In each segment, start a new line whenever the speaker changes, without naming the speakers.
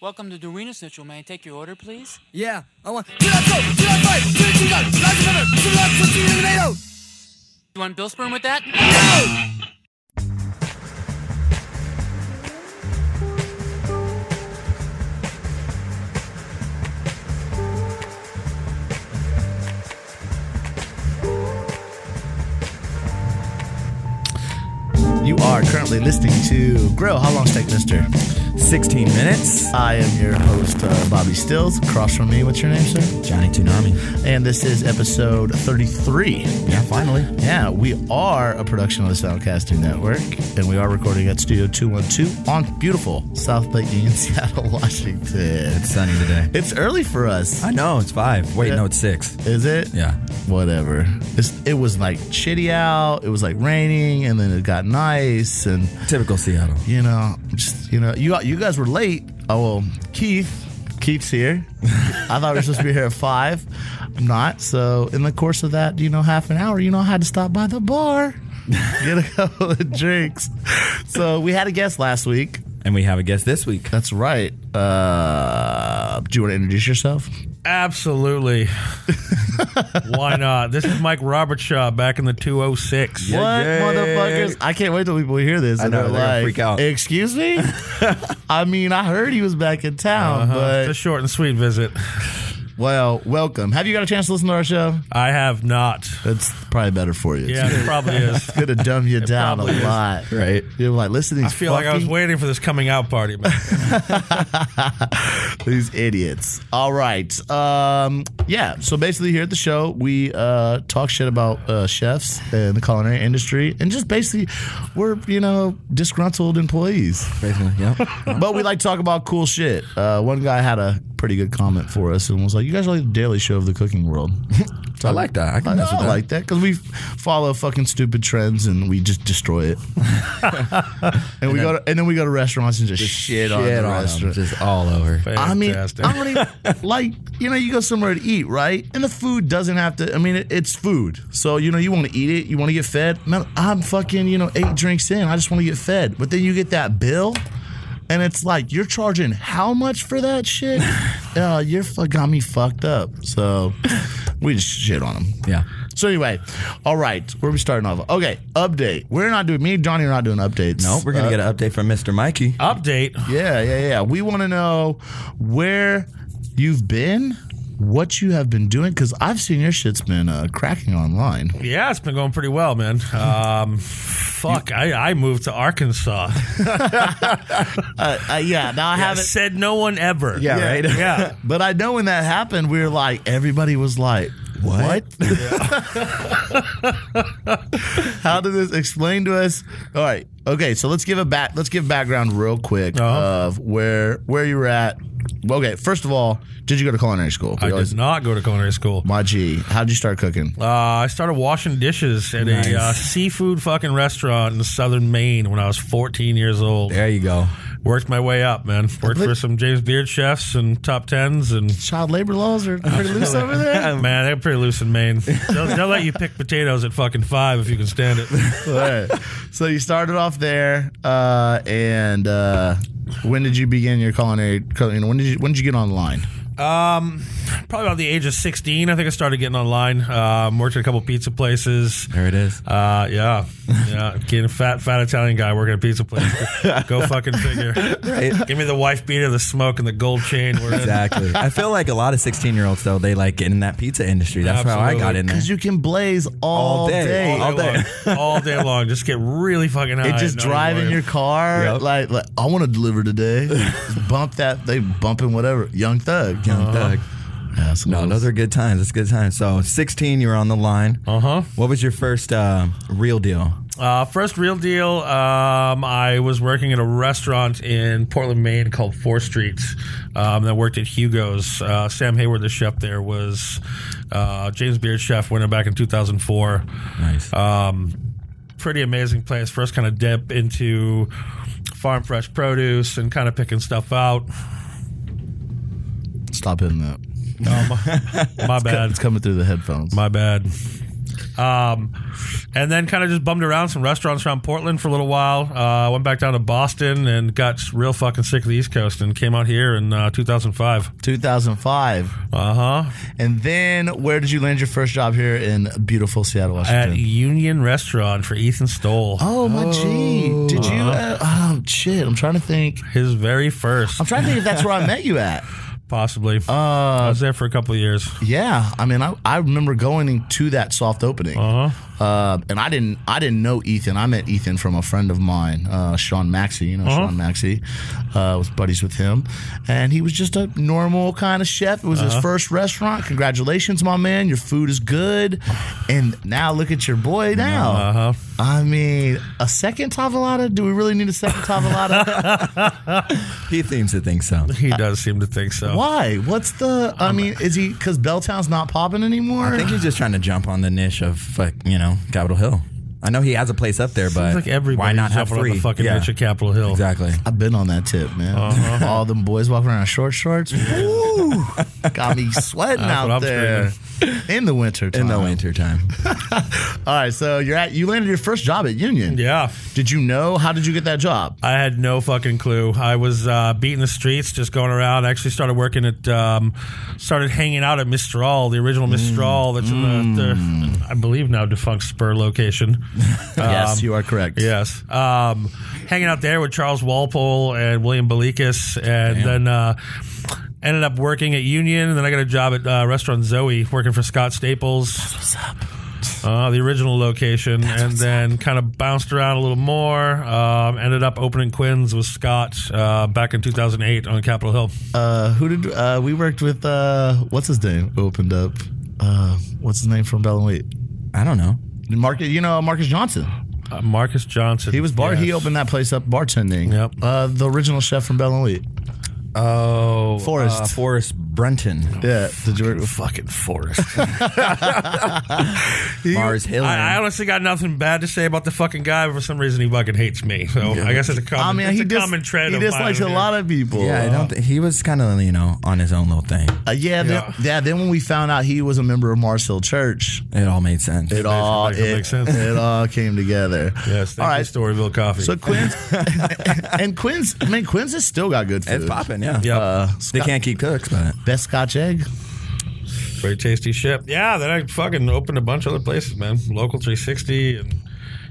Welcome to Dorina Mitchell. May I take your order, please?
Yeah, I want. Did I go? Did I fight? Did I cheat on? Lies of murder. Civil lies, twisting and tomato.
You want Bill Spoon with that?
You are currently listening to Grow. How long's take, Mister?
16 minutes.
I am your host, uh, Bobby Stills. Across from me, what's your name, sir?
Johnny Toonami.
And this is episode 33.
Yeah, finally.
Yeah, we are a production of the Soundcasting Network, and we are recording at Studio 212 on beautiful South Lake Union, Seattle, Washington.
It's sunny today.
It's early for us.
I know, it's five. Wait,
Yeah.
no, it's six.
Is it?
Yeah.
Whatever. It's, it was like shitty out. It was like raining, and then it got nice, and
Typical Seattle.
you know, just you know, you you guys were late. Oh well, Keith, Keith's here. I thought we were supposed to be here at five. I'm not. So in the course of that, you know, half an hour, you know, I had to stop by the bar, get a couple of drinks. So we had a guest last week.
And we have a guest this week.
That's right. Uh, do you want to introduce yourself?
Absolutely. Why not? This is Mike Robertshaw back in the 206.
Yeah,
What
yeah.
motherfuckers? I can't wait till people hear this.
I
and
know,
they're
they're gonna
like,
freak out.
Excuse me. I mean, I heard he was back in town,
Uh-huh.
Uh,
but
it's a short and sweet visit.
well, welcome. Have you got a chance to listen to our show?
I have not.
That's probably better for you.
Yeah, it probably is.
Could have dumbed you down a
probably is.
lot.
Right.
You're like, listen to
I
these
feel like I was
fucking-
waiting for this coming out party, man.
these idiots. All right. Um, yeah. So basically, here at the show, we uh, talk shit about uh, chefs and the culinary industry, and just basically, we're you know disgruntled employees,
Basically, yeah.
but we like to talk about cool shit. Uh, one guy had a pretty good comment for us and was like, "You guys are like the Daily Show of the cooking world." So
I like that. I can
I,
mess with
I
that.
like that because we follow fucking stupid trends and we just destroy it. and, we go to, and then we go to restaurants and just, shit, on the
Shit on 'em,
restaurant.
Just all over.
I mean,
Fantastic.
I don't even like you know you go somewhere to eat right, and the food doesn't have to. I mean, it, it's food, so you know you want to eat it, you want to get fed. Man, I'm fucking you know eight drinks in, I just want to get fed. But then you get that bill, and it's like you're charging how much for that shit? uh, you're fuck got me fucked up. So we just shit on them.
Yeah.
So anyway, all right, where are we starting off? Okay, update. We're not doing me and Johnny are not doing updates.
No, we're going to get an update from Mr. Mikey.
uh, Update.
Yeah, yeah, yeah. We want to know where you've been, what you have been doing, because I've seen your shit's been uh, cracking online.
Yeah, it's been going pretty well, man. Um, fuck, I, I moved to Arkansas.
Uh, uh, yeah, now I haven't.
Said no one ever.
Yeah, right?
Yeah.
But I know when that happened, we were like, everybody was like, what? How did this explain to us? All right. Okay, so let's give a back. Let's give background real quick
Uh-huh.
of where where you were at. Okay, first of all, did you go to culinary school?
I did not go to culinary school.
My G, how did you start cooking?
Uh, I started washing dishes at
Nice.
a uh, seafood fucking restaurant in southern Maine when I was 14 years old.
There you go.
Worked my way up, man. Worked for some James Beard chefs and top tens, and
Child labor laws are pretty loose over there.
Um,
man, they're pretty loose in Maine. They'll, they'll let you pick potatoes at fucking five if you can stand it.
All right. So you started off there, uh, and uh, when did you begin your culinary? You know, when did you when did you get online?
Um, probably about the age of 16, I think I started getting online. Um, worked at a couple pizza places.
There it is.
Uh, yeah, yeah. Getting a fat, fat Italian guy working at a pizza place. Go fucking figure.
Right.
Give me the wife beater, the smoke, and the gold chain. We're in.
Exactly. I feel like a lot of 16 year olds, though, they like get in that pizza industry. That's how I got in there.
Because you can blaze all,
All day.
day.
All day.
long. all day long. Just get really fucking high.
It just
and not
drive in
even worry.
your car,
Yep.
like, like I want to deliver today. Just bump that, they bumping whatever. Young Thug,
Young Thug.
Assholes.
No, those are good times. That's good times. So, 16, you were on the line.
Uh-huh.
What was your first uh, real deal?
Uh First real deal. Um, I was working at a restaurant in Portland, Maine, called Four Streets. Um, that worked at Hugo's. Uh, Sam Hayward, the chef there, was uh, James Beard chef. Went in back in 2004.
Nice.
Um, pretty amazing place. First kind of dip into farm fresh produce and kind of picking stuff out.
stop hitting that.
Oh, my, my bad.
It's coming through the headphones.
My bad. Um, and then kind of just bummed around some restaurants around Portland for a little while. Uh, went back down to Boston and got real fucking sick of the East Coast and came out here in uh, 2005.
2005.
Uh-huh.
Uh huh.
And then where did you land your first job here in beautiful Seattle,
At
E-
Washington?
Union Restaurant for Ethan Stoll.
oh, my G. Did you?
Uh-huh.
Uh, oh, shit. I'm trying to think.
His very first,
I'm trying to think if that's where I met you at.
possibly.
Uh,
I was there for a couple of years.
Yeah, I mean, I, I remember going in to that soft opening, uh-huh. and I didn't I didn't know Ethan. I met Ethan from a friend of mine, uh, Sean Maxey. You know
Uh-huh.
Sean Maxey, uh, was buddies with him, and he was just a normal kind of chef. It was
Uh-huh.
his first restaurant. Congratulations, my man! Your food is good, and now look at your
Uh-huh.
boy now.
Uh huh.
I mean, a second tavolata? Do we really need a second tavolata?
He seems to think so.
He does seem to think so.
Why? What's the? I mean, is he because Belltown's not popping anymore?
I think he's just trying to jump on the niche of like you know Capitol Hill. I know he has a place up there, but
Seems like everybody
why not have
jumping
three?
on the fucking
Yeah,
bitch at Capitol Hill.
exactly.
I've been on that tip, man.
Uh-huh.
All them boys walking around in short shorts. Ooh, got me sweating
That's
out
what I'm
there in the winter. Time.
In the winter time,
All right, so you're at you landed your first job at Union.
Yeah.
Did you know? How did you get that job?
I had no fucking clue. I was uh, beating the streets, just going around. I actually started working at, um, started hanging out at Mistral, the original Mistral that's in the, the, I believe now defunct Spur location. Um,
yes, you are correct.
Yes. Um, hanging out there with Charles Walpole and William Belikas, and then uh, ended up working at Union, and then I got a job at uh, Restaurant Zoe, working for Scott Staples. what's up. Uh, the original location, and then kind of bounced around a little more. Um, ended up opening Quinn's with Scott uh, back in 2008 on Capitol Hill.
Uh, who did uh, we worked with? Uh, what's his name? who Opened up. Uh, what's his name from Bell and Wheat?
I don't know.
Marcus, you know Marcus Johnson.
Uh, Marcus Johnson.
He was bar. He
Yes.
opened that place up bartending.
Yep.
Uh, the original chef from Bell and Wheat.
Oh,
Forrest.
uh, Forrest Brunton,
Yeah. Did you work with?
fucking Forrest,
He-
Mars Hill.
I, I honestly got nothing bad to say about the fucking guy, but for some reason he fucking hates me. So I guess it's a common,
I mean,
it's
he
a
dis-
common trend.
He
of
dislikes a
mine.
lot of people.
yeah, I don't. Th- he was kind of you know on his own little thing.
Uh, yeah, then-
Yeah.
yeah. Then when we found out he was a member of Mars Hill Church,
It all made sense.
it all
makes- it
it,
makes sense.
it all came together.
Yes, thank
all
you,
right.
Storyville Coffee.
So Quinn's and Quinn's. I mean, Quinn's has still got good food.
it's popping. Yeah,
yeah,
Uh,
They
Scot-
can't keep cooks, but
best Scotch egg.
very tasty ship. Yeah, then I fucking opened a bunch of other places, man. Local 360 and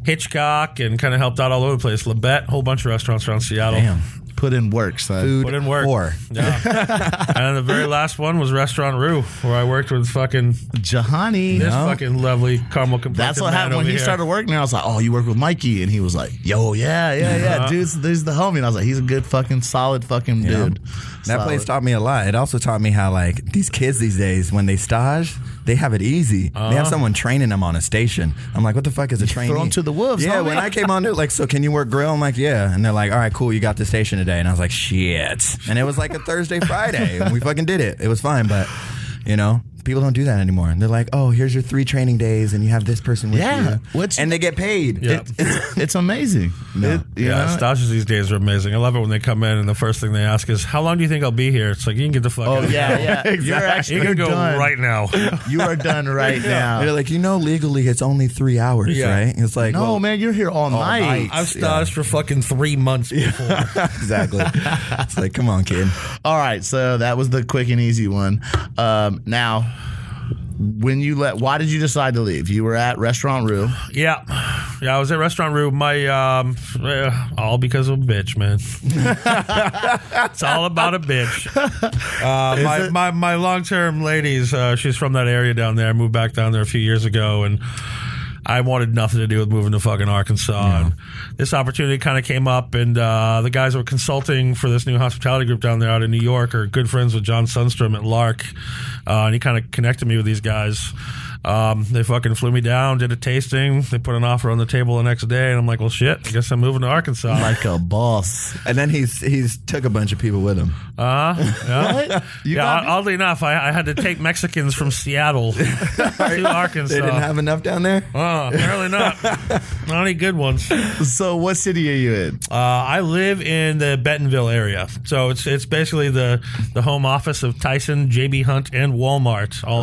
Hitchcock, and kind of helped out all over the place. Labette, whole bunch of restaurants around Seattle.
damn.
Put in work, son.
Put in work.
Or
Yeah. and then the very last one was Restaurant Rue, where I worked with fucking
Jahani.
this fucking lovely caramel complexion.
That's what
man
happened when
over
he
here.
started working. There, I was like, "Oh, you work with Mikey," and he was like, "Yo, yeah, yeah,
Uh-huh.
yeah, dude's dude's the homie." And I was like, "He's a good fucking solid fucking
Yeah.
dude."
That
Solid.
place taught me a lot. It also taught me how like these kids these days when they stage, they have it easy. They have someone training them on a station. I'm like, what the fuck is a train?
them Uh-huh. to the wolves,
Yeah,
homie.
when I came on there, like, so can you work grill? I'm like, yeah, and they're like, all right, cool, you got the station today, and I was like, shit, and it was like a Thursday Friday, and we fucking did it. It was fine, but you know. People don't do that anymore. And they're like, "Oh, here's your three training days, and you have this person with
Yeah,
you."
what's-
and they get paid.
Yeah.
It's, it's amazing. It- you
Yeah,
know?
stashes these days are amazing. I love it when they come in and the first thing they ask is, "How long do you think I'll be here?" It's like you can get the fuck.
Oh
out of
yeah,
here.
yeah. You're actually
you can
you're
go
done.
right now.
You are done right now.
They're like, you know, legally it's only three hours,
Yeah.
right? It's like,
No,
well,
man, you're here all, night.
night.
I've stashed for fucking three months before.
exactly. it's like, come on, kid.
All right, so that was the quick and easy one. Um, now, when you let, why did you decide to leave? You were at Restaurant Rue.
Yeah, yeah. I was at Restaurant Room. My um, eh, all because of a bitch, man. it's all about a bitch. Uh, my, my my long term ladies. Uh, she's from that area down there. I moved back down there a few years ago, and I wanted nothing to do with moving to fucking Arkansas. And this opportunity kind of came up, and uh, the guys that were consulting for this new hospitality group down there out in New York are good friends with John Sundstrom at Lark, uh, and he kind of connected me with these guys. Um, they fucking flew me down, did a tasting. They put an offer on the table the next day, and I'm like, well, shit, I guess I'm moving to Arkansas.
Like a boss.
And then he's he's took a bunch of people with him.
Uh, yeah.
What? You
yeah,
got me?
oddly enough, I, I had to take Mexicans from Seattle to Arkansas.
They didn't have enough down there.
Uh, apparently not. not any good ones. Uh,
So, what city are you in?
I live in the Bentonville area, so it's it's
Oh.
basically the the home office of Tyson, JB Hunt, and Walmart all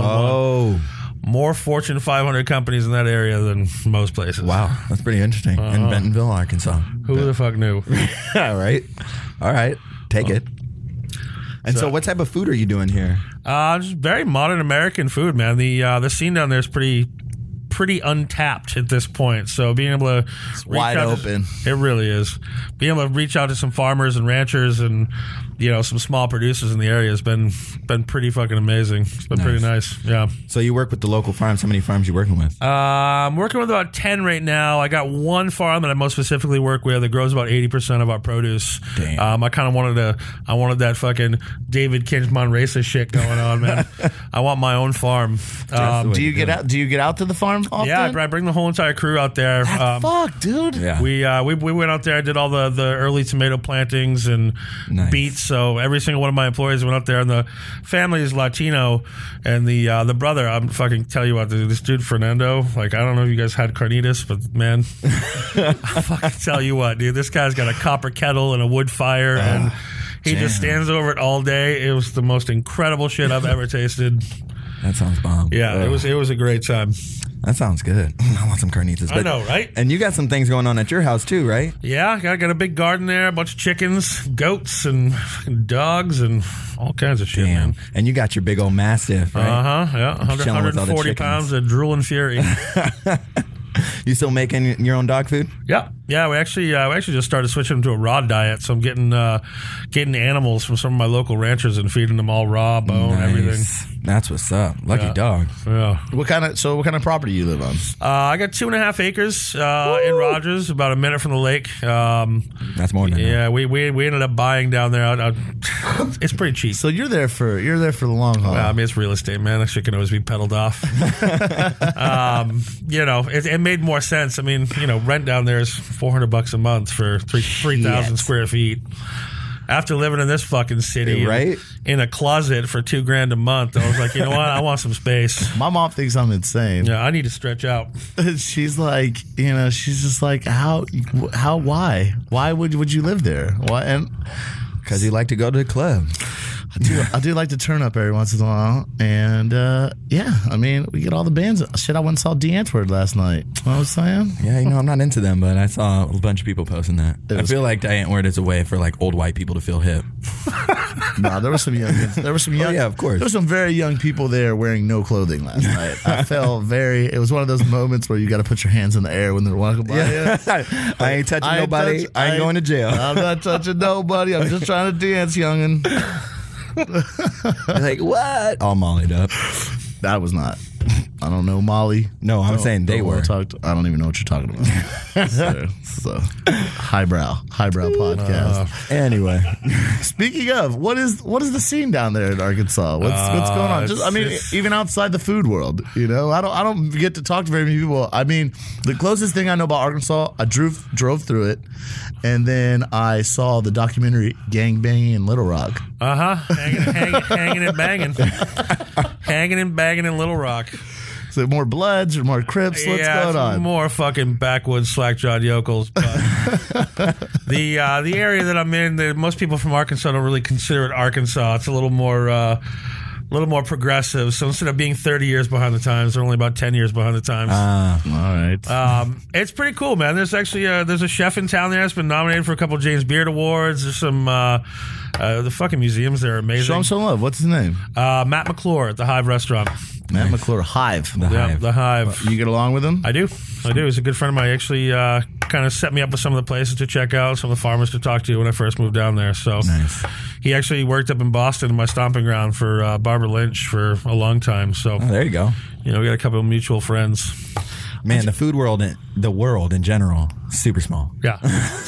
in one. More Fortune 500 companies in that area than most places.
Wow, that's pretty interesting.
Uh-huh.
In Bentonville, Arkansas.
Who the fuck knew?
All right. All right. Take it. And so, what type of food are you doing here?
Uh, just very modern American food, man. The uh, the scene down there is pretty pretty untapped at this point. So being able to reach
wide
out to-
open.
it really is. Being able to reach out to some farmers and ranchers and you know some small producers in the area has been been pretty fucking amazing. It's been pretty nice. Yeah.
So you work with the local farms. How many farms you working with?
Uh, I'm working with about 10 right now. I got one farm that I most specifically work with that grows about 80% of our produce.
Damn.
Um, I kind of wanted to, I wanted that fucking David Kinchmon racist shit going on, man. I want my own farm. Um,
Do you get out? Do you get out to the farm often?
yeah, I I bring the whole entire crew out there. Um,
Fuck, dude.
Yeah.
we, uh, we we went out there. I did all the, the early tomato plantings and
Nice.
beets. So every single one of my employees went out there, and the family is Latino, and the uh, the brother. I'm fucking tell you what, dude, this dude Fernando. Like I don't know if you guys had carnitas, but man, I fucking tell you what, dude, this guy's got a copper kettle and a wood fire and. He just
Ah, damn.
stands over it all day. It was the most incredible shit I've ever tasted.
That sounds bomb.
Yeah, it
Ugh.
was it was a great time.
That sounds good. I want some carnitas.
I know, right?
And you got some things going on at your house too, right?
Yeah, I got, got a big garden there, a bunch of chickens, goats, and fucking dogs, and all kinds of shit, man.
And you got your big old mastiff, right?
Uh huh. Yeah, 100,
chilling with all the
140
chickens.
pounds of drooling fury. Uh-huh.
You still making your own dog food?
yeah, yeah. We actually, uh, we actually just started switching them to a raw diet, so I'm getting, uh, getting animals from some of my local ranchers and feeding them all raw bone, everything.
Nice. That's what's up. Lucky
Yeah.
dog.
Yeah.
What kind of? So, what kind of property you live on?
Uh, I got two and a half acres uh, in Rogers, about a minute from the lake. Um,
That's more than
yeah, we, we we ended up buying down there. I, I, it's pretty cheap.
So you're there for you're there for the long haul.
Well, I mean, it's real estate, man. That shit can always be peddled off. um, you know, it, it made more sense. I mean, you know, rent down there is four hundred bucks a month for three three thousand square feet. After living in this fucking city,
Right?
in a closet for two grand a month, I was like, you know what? I want some space.
My mom thinks I'm insane.
Yeah, I need to stretch out.
she's like, you know, she's just like, how, how, why, why would would you live there? Why? And
Because you like to go to the club.
I do, I do like to turn up every once in a while, and uh, yeah, I mean, we get all the bands. Shit, I went and saw D Antwoord last night. What was I saying?
Yeah, you know, I'm not into them, but I saw a bunch of people posting that. I
was-
feel like Diane Word is a way for like old white people to feel hip.
No, there were some young. There were some young.
yeah, of course.
There were some very young people there wearing no clothing last night. I felt very. It was one of those moments where you got to put your hands in the air when they're walking by. you.
I ain't touching
I ain't
nobody.
touch-
I ain't going to jail.
I'm not touching nobody. I'm just trying to dance, youngin.
like what? All mollied up.
That was not. I don't know Molly.
No, I'm saying they
Don't wanna
were.
talk to- I don't even know what you're talking about. so, so, highbrow, highbrow
Uh,
podcast.
Anyway,
Speaking of, what is what is the scene down there in Arkansas? What's what's going
Uh,
on? Just, I
it's-
mean,
it's-
even outside the food world, you know, I don't I don't get to talk to very many people. I mean, the closest thing I know about Arkansas, I drove drove through it, and then I saw the documentary Gang Banging in Little Rock.
Uh huh. Hanging, hang, hanging and banging, hanging and bagging in Little Rock.
So more Bloods or more Crips? What's
yeah,
going
it's
on?
More fucking backwoods slackjawed yokels. But the uh, the area that I'm in, that most people from Arkansas don't really consider it Arkansas. It's a little more. Uh, a little more progressive. So instead of being 30 years behind the times, they're only about 10 years behind the times.
All right.
Uh,
Um, it's pretty cool, man. There's actually uh there's a chef in town there that's been nominated for a couple James Beard Awards. There's some uh, uh, the fucking museums there are
Show him
amazing.
some love. What's his name?
Uh, Matt McClure at the Hive Restaurant.
Matt McClure Hive.
Yeah, the Hive.
You get along with him?
I do. I do. He's a good friend of mine. He actually uh, kind of set me up with some of the places to check out, some of the farmers to talk to when I first moved down there. So
Nice.
he actually worked up in Boston, my stomping ground for uh, Barbara Lynch for a long time. So,
oh, there you go.
you know, we got a couple of mutual friends.
Man, the food world, in, the world in general, super small.
Yeah.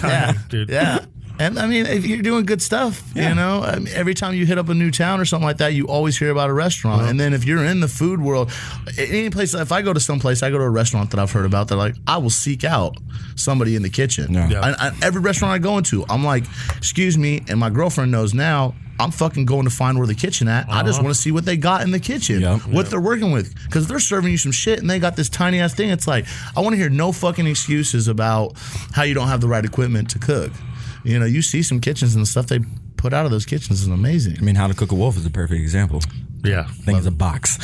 yeah. Dude.
Yeah. And I mean, if you're doing good stuff, you know, I mean, every time you hit up a new town or something like that, you always hear about a restaurant. And then if you're in the food world, a- any place, if I go to some place, I go to a restaurant that I've heard about, they're like, I will seek out somebody in the kitchen.
Yeah.
Yeah.
And I, every restaurant I go into, I'm like, excuse me. And my girlfriend knows now. I'm fucking going to find where the kitchen at. I just want to see what they got in the kitchen,
Yep.
what they're working with, because they're serving you some shit and they got this tiny ass thing. It's like I want to hear no fucking excuses about how you don't have the right equipment to cook. You know, you see some kitchens and the stuff they put out of those kitchens is amazing.
I mean, How to Cook a Wolf is a perfect example.
Yeah.
I think it's a box.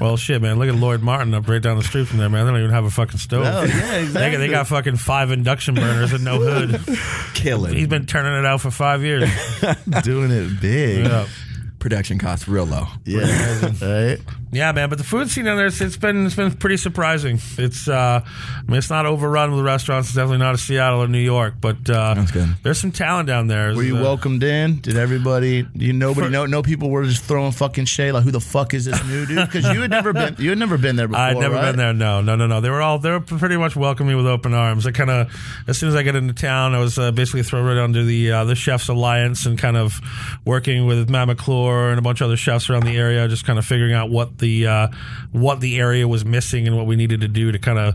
Well, shit, man. Look at Lloyd Martin up right down the street from there, man. They don't even have a fucking stove.
Oh, yeah,
They,
exactly.
got- they got fucking five induction burners and no hood. He's
Killing.
been turning it out for five years.
doing it big.
Yeah.
Production costs real low.
Yeah. right?
Yeah, man, but the food scene down there, it's, it's been it's been pretty surprising. It's uh, I mean, it's not overrun with restaurants. It's definitely not a Seattle or New York, but uh,
That's good.
there's some talent down there.
Were you
Uh,
welcomed in? Did everybody? You nobody?
For-
no, no people were just throwing fucking shade like, "Who the fuck is this new dude?" Because you had never been. You had never been there before.
I'd never
right?
been there. No, no, no, no. They were all they were pretty much welcoming me with open arms. I kind of as soon as I got into town, I was uh, basically thrown right under the uh, the chefs alliance and kind of working with Matt McClure and a bunch of other chefs around the area, just kind of figuring out what the uh, what the area was missing and what we needed to do to kind of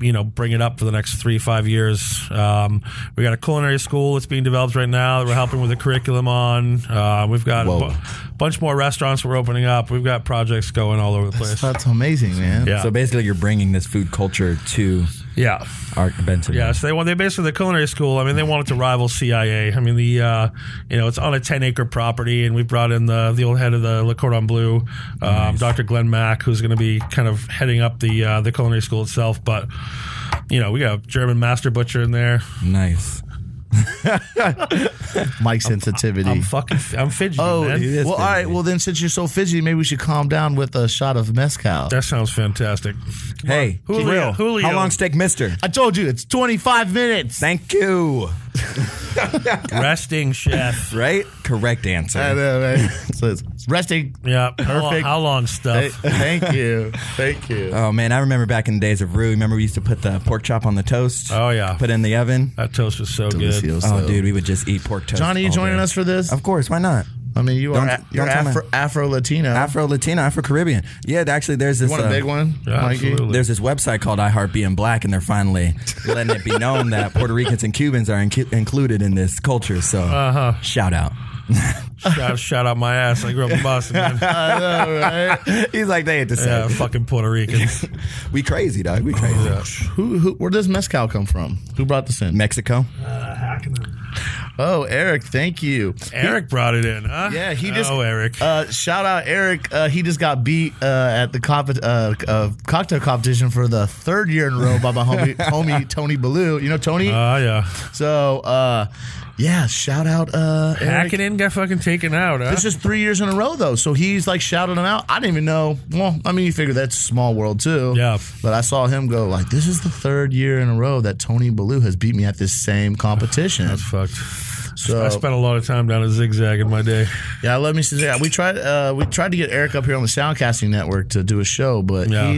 you know bring it up for the next three five years. Um, we got a culinary school that's being developed right now that we're helping with the curriculum on. Uh, we've got.
Whoa.
A bu- bunch more restaurants we're opening up we've got projects going all over the place
That's amazing, man.
Yeah.
So basically, you're bringing this food culture to
Yeah.
our Benson.
Yeah, so they want they basically the culinary school. I mean, they wanted to rival CIA. I mean, the uh, you know it's on a ten acre property, and we brought in the the old head of the Le Cordon Bleu, um, Dr. Glenn Mack, who's going to be kind of heading up the uh, the culinary school itself. But you know, we got a German master butcher in there.
Nice.
Mike sensitivity.
I'm fucking I'm fidgety.
oh,
man.
well, all right. Well, then since you're so fidgety, maybe we should calm down with a shot of mezcal.
that sounds fantastic.
Hey,
Julio,
Real.
Julio.
How long steak, Mister?
I told you it's 25 minutes.
Thank you.
Resting chef.
Right? Correct answer.
I know, right? so it's it's resting.
Yeah, How long,
Perfect.
how long stuff?
Hey, Thank you. Thank you.
Oh man, I remember back in the days of Rue. Remember we used to put the pork chop on the toast.
Oh, yeah.
put it in the oven.
That toast was so good.
Delicioso.
Oh dude, we would just eat pork toast.
Johnny, you
all
joining
day.
us for this?
Of course, why not?
I mean, you are
Don't-
a- you're
don't tell me.
Afro Afro Latino.
Afro Latino, Afro Caribbean. Yeah, actually, there's this.
you want a
uh,
big one,
Yeah,
Mikey?
absolutely.
There's this website called I Heart Being Black, and they're finally letting it be known that Puerto Ricans and Cubans are incu- included in this culture. So,
Uh-huh.
shout out.
Shout, shout out my ass. I grew up in Boston. Man.
I know, right?
He's like, they ain't the
Yeah,
same.
fucking Puerto Ricans.
We crazy, dog. We crazy.
Who, who, where does mezcal come from? Who brought this in?
Mexico.
Oh, Eric, thank you.
Eric brought it in, huh?
Yeah, he just.
Oh, Eric.
Uh, shout out Eric. Uh, he just got beat uh, at the comp- uh, uh, cocktail competition for the third year in a row by my homie, homie Tony Ballou. You know Tony.
Ah, yeah.
so uh, yeah, shout out uh, Eric.
Hacking in got fucking taken out, huh?
This is three years in a row though, so he's like shouting him out. I didn't even know. Well, I mean, you figure that's a small world too.
Yeah.
But I saw him go like, "This is the third year in a row that Tony Ballou has beat me at this same competition."
That's fucked.
So
I spent a lot of time down a zigzag in my day.
yeah, let me see. Yeah, we tried. Uh, we tried to get Eric up here on the Soundcasting Network to do a show, but
Yeah.
he,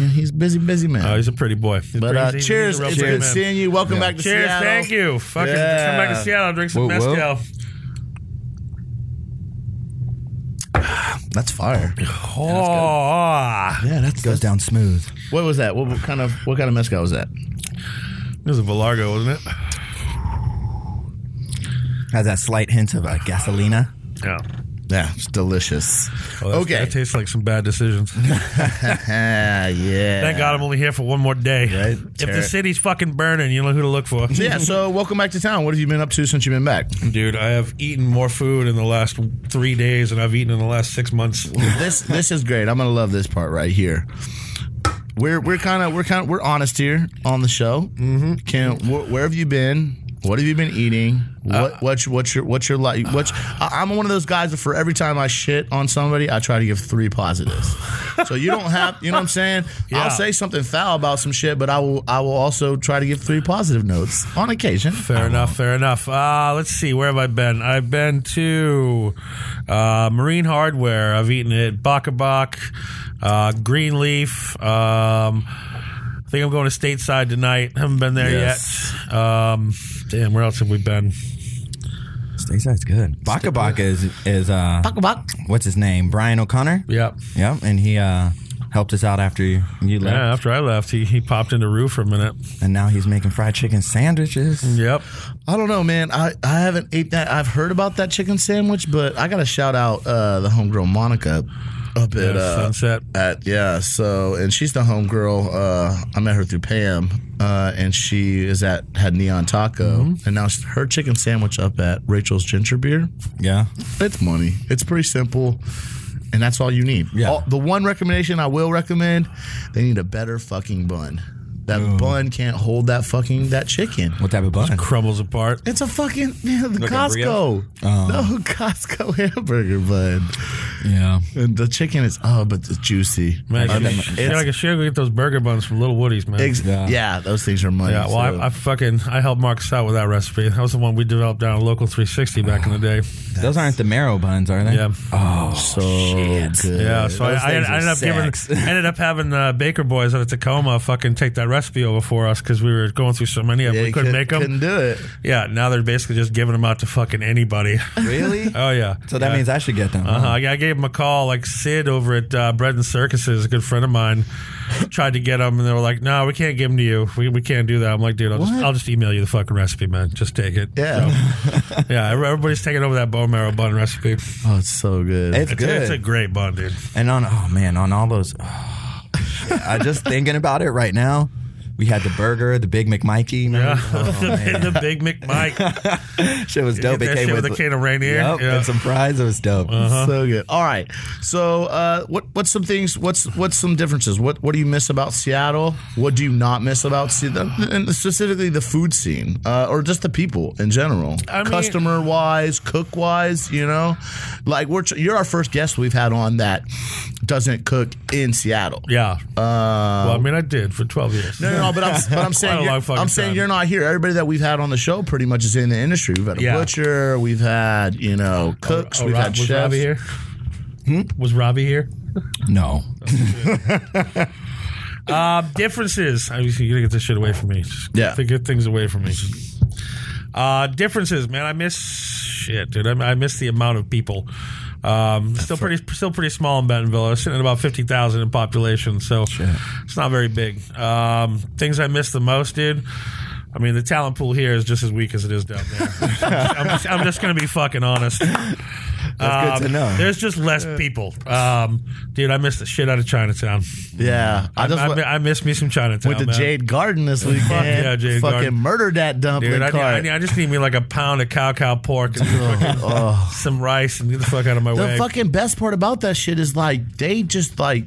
yeah, he's busy, busy man.
Oh, he's a pretty boy. He's
but
pretty-
uh,
he's a
cheers!
real
It's
pretty
good
man.
seeing you. Welcome back to
Cheers,
Seattle.
thank you. Fucking
Yeah.
come back to Seattle, drink
Whoa,
some
whoa.
mezcal.
That's fire.
Oh, ah.
Yeah, that goes down smooth.
What was that? What, what kind of what kind of mezcal was that?
it was a Velargo, wasn't it?
Has that slight hint of uh, gasolina.
Yeah.
Yeah, it's delicious.
Oh, that's-
Okay.
That tastes like some bad decisions.
Ah, yeah.
Thank God I'm only here for one more day.
Right?
If
Sure.
the city's fucking burning, you know who to look for.
So, yeah, so welcome back to town. What have you been up to since you've been back?
Dude, I have eaten more food in the last three days than I've eaten in the last six months.
This this is great. I'm gonna love this part right here. We're we're kind of we're kind of we're honest here on the show. Mm-hmm. Can wh- where have you been? What have you been eating? What what's what's your what's your life? What's I, I'm one of those guys that for every time I shit on somebody, I try to give three positives. so you don't have you know what I'm saying?
Yeah.
I'll say something foul about some shit, but I will I will also try to give three positive notes on occasion.
Fair enough. Fair enough. Uh, let's see. Where have I been? I've been to uh, Marine Hardware. I've eaten at Bakabak, uh, Greenleaf. Um, I think I'm going to Stateside tonight. Haven't been there
Yes.
yet. Um, damn, where else have we been?
Stateside's good. Baka Baka is is uh,
Fuck, fuck.
what's his name? Brian O'Connor.
Yep.
Yep, and he uh, helped us out after you, you left,
Yeah, after I left, he, he popped into Rue for a minute.
and now he's making fried chicken sandwiches.
Yep.
I don't know, man. I, I haven't ate that. I've heard about that chicken sandwich, but I got to shout out uh, the homegirl Monica up at
Yeah,
uh,
Sunset.
At yeah, so and she's the homegirl. Uh, I met her through Pam, uh, and she is at had Neon Taco, and now she- her chicken sandwich up at Rachel's Ginger Beer.
Yeah.
It's money. It's pretty simple. And that's all you need.
Yeah.
All- the one recommendation I will recommend, they need a better fucking bun. That bun can't hold that fucking that chicken.
What type of bun?
Crumbles apart.
It's a fucking yeah, the
Like a
Costco.
Uh-huh.
no, Costco hamburger bun.
Yeah.
And the chicken is oh, but it's juicy.
Man,
I
I
mean,
should, I
it's-
should go get those burger buns from Little Woody's, man.
ex- yeah.
Yeah.
those things are money.
Yeah, well,
so-
I, I fucking I helped Marcus out with that recipe. That was the one we developed down at Local 360 back in the day.
Those aren't the marrow buns, are they? Oh.
Yeah,
so good.
Oh, yeah. So I,
those
I,
things
ended- I ended
are
up giving,
sex.
I ended up having the Baker Boys out of Tacoma fucking take that recipe over for us because we were going through so many of them
Yeah,
we
you
couldn't make them.
Couldn't do it.
Yeah, now they're basically just giving them out to fucking anybody.
Really?
Oh yeah.
so that
yeah.
means I should get them.
Uh-huh. I I gave him a call, like Sid over at uh, Bread and Circuses, a good friend of mine, tried to get him, and they were like, "No, we can't give them to you. We, we can't do that." I'm like, "Dude, I'll just, I'll just email you the fucking recipe, man. Just take it."
Yeah.
So, yeah. Everybody's taking over that bone marrow bun recipe. It's,
Oh, it's so good.
It's, good.
it's a great bun, dude.
And on oh man, on all those, oh. I just thinking about it right now. We had the burger, the Big McMikey.
Yeah.
Yeah. Oh, man.
the Big McMike.
shit was dope. It
Get that
came
shit
with,
with a can of Rainier.
Yep,
Yeah. Uh-huh.
and some fries. It was dope.
So good. All right. So uh, what what's some things? What's what's some differences? What what do you miss about Seattle? What do you not miss about Seattle? And specifically the food scene, uh, or just the people in general,
I mean-
customer wise, cook wise. You know, like we're tr- you're our first guest we've had on that doesn't cook in Seattle.
Yeah. well, I mean, I did for 12 years.
No, no, no, but I'm, but I'm
Quite a
saying you're,
long fucking
I'm saying
time.
you're not here. Everybody that we've had on the show pretty much is in the industry. We've had a
Yeah.
butcher, we've had you know cooks,
Oh,
we've
Rob-
had
was
chefs.
Robbie here? Was Robbie here?
No,
Um, differences. I was, you gotta get this shit away from me. Just
Yeah.
get- get things away from me. Uh, differences, man. I miss shit, dude. I, I miss the amount of people. Um, still pretty, still pretty small in Bentonville. It's sitting at about fifty thousand in population, so it's not very big. Um, things I miss the most, dude. I mean, the talent pool here is just as weak as it is down there. I'm, just, I'm just gonna be fucking honest.
that's good to
Um,
know.
There's just less people, um, dude. I miss the shit out of Chinatown.
Yeah, I just
I,
wa-
mi- I miss me some Chinatown.
Went to
man.
Jade Garden this weekend.
yeah, Jade
Fucking
Garden.
murdered that dumpling
Dude, I, need, I,
cart.
need, I just need me like a pound of cow cow pork and fucking some rice and get the fuck out of my
Oh. the
way.
fucking best part about that shit is like they just like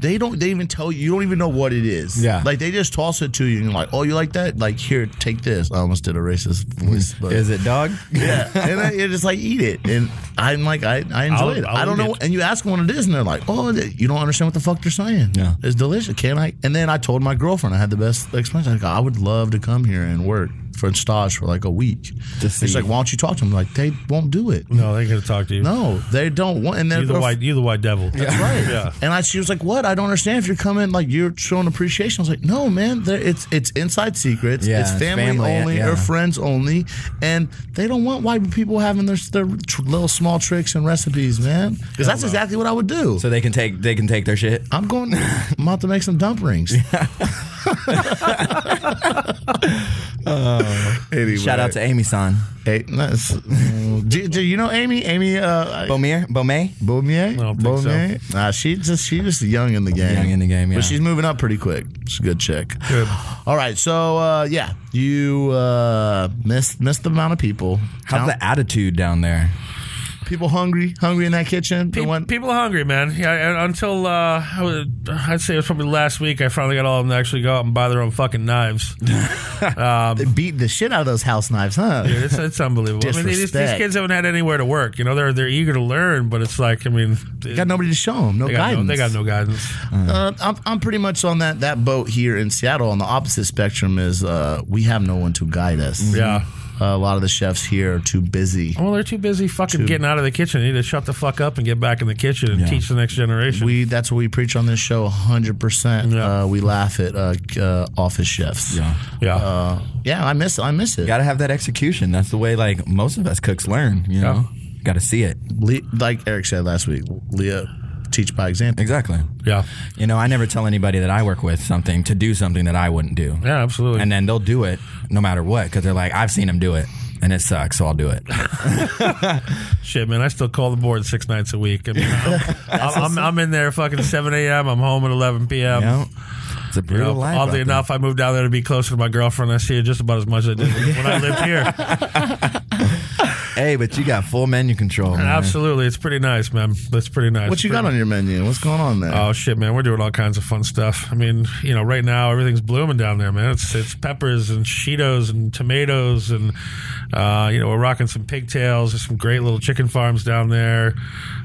they don't they even tell you you don't even know what it is.
Yeah.
like they just toss it to you and you're like, oh, you like that? Like here, take this. I almost did a racist voice, but
is it dog?
yeah, and I, it's just like eat it, and I'm like I I enjoy
I'll-
it.
I'll
I do not
eat
know,
it.
and you ask them what it is, and they're like, oh, th- you don't understand what the fuck they're saying.
Yeah.
it's delicious. Can I? And then I told my girlfriend I had the best explanation. I, go, I would love to come here and work for stage for like a week.
To see.
She's like, why don't you talk to them? like they won't do it.
no, they gonna talk to you.
No, they don't want. And then
you the white, you the white devil. That's right. Yeah.
and I, she was like, "What? I don't understand. If you're coming, like you're showing appreciation." I was like, "No, man. There, it's it's inside secrets.
Yeah,
it's
it's
family,
family,
only
yeah.
or friends only, and they don't want white people having their, their tr- little small tricks and recipes, man. Because that's exactly what I would do.
So they can take they can take their shit.
I'm going. I'm out to make some dumplings. anyway,
Shout out to Amy San.
Hey, that's- do, do you know Amy? Amy uh,
Bomir? Bomay?
Baumier?
don't think so.
Baumier? Nah, she just she just young in the game.
Young in the game, yeah.
But she's moving up pretty quick. She's a good chick.
Good.
All right, so uh, yeah, you uh, missed missed the amount of people.
How's
Count-
the attitude down there?
People hungry, hungry in that kitchen. They
Pe-
want-
people are hungry, man. Yeah, and until uh, I was, I'd say it was probably last week. I finally got all of them to actually go out and buy their own fucking knives.
they beat the shit out of those house knives, huh?
Dude, it's, it's unbelievable. I mean, they just- these
Disrespect.
kids haven't had anywhere to work. You know, they're they're eager to learn, but it's like, I mean,
They Got nobody to show them. No
they got
guidance.
no, they got no guidance.
Uh, I'm, I'm pretty much on that that boat here in Seattle. On the opposite spectrum is uh, we have no one to guide us.
Mm-hmm. Yeah.
Uh, a lot of the chefs here are too busy.
Well, they're too busy fucking getting out of the kitchen. They need to shut the fuck up and get back in the kitchen and teach the next generation.
We that's what we preach on this show 100%.
Yeah.
Uh, we laugh at uh, uh, office chefs. Yeah.
yeah.
Uh, yeah, I miss I miss it.
Got to have that execution. That's the way like most of us cooks learn. You know, got to see it
Le- like Eric said last week, Leah teach by example.
exactly.
yeah.
You know, I never tell anybody that I work with something to do something that I wouldn't do,
Yeah, absolutely.
and then they'll do it no matter what because they're like, I've seen them do it. and it sucks, so I'll do it.
Shit, man, I still call the board six nights a week. I mean, I'm, I'm, I'm, I'm in there fucking 7 a.m. I'm home at 11 p.m.
You know? It's a
You
brutal
know,
life. out
oddly
there.
enough, I moved down there to be closer to my girlfriend. I see her just about as much as I did when I lived here.
Hey, but you got full menu control. man.
Absolutely, it's pretty nice, man. That's pretty nice.
What you
Pretty-
got on your menu? What's going on
Uh,
there?
Oh shit, man! We're doing all kinds of fun stuff. I mean, you know, right now everything's blooming down there, man. It's it's peppers and Cheetos and tomatoes, and uh, you know we're rocking some pigtails. There's some great little chicken farms down there.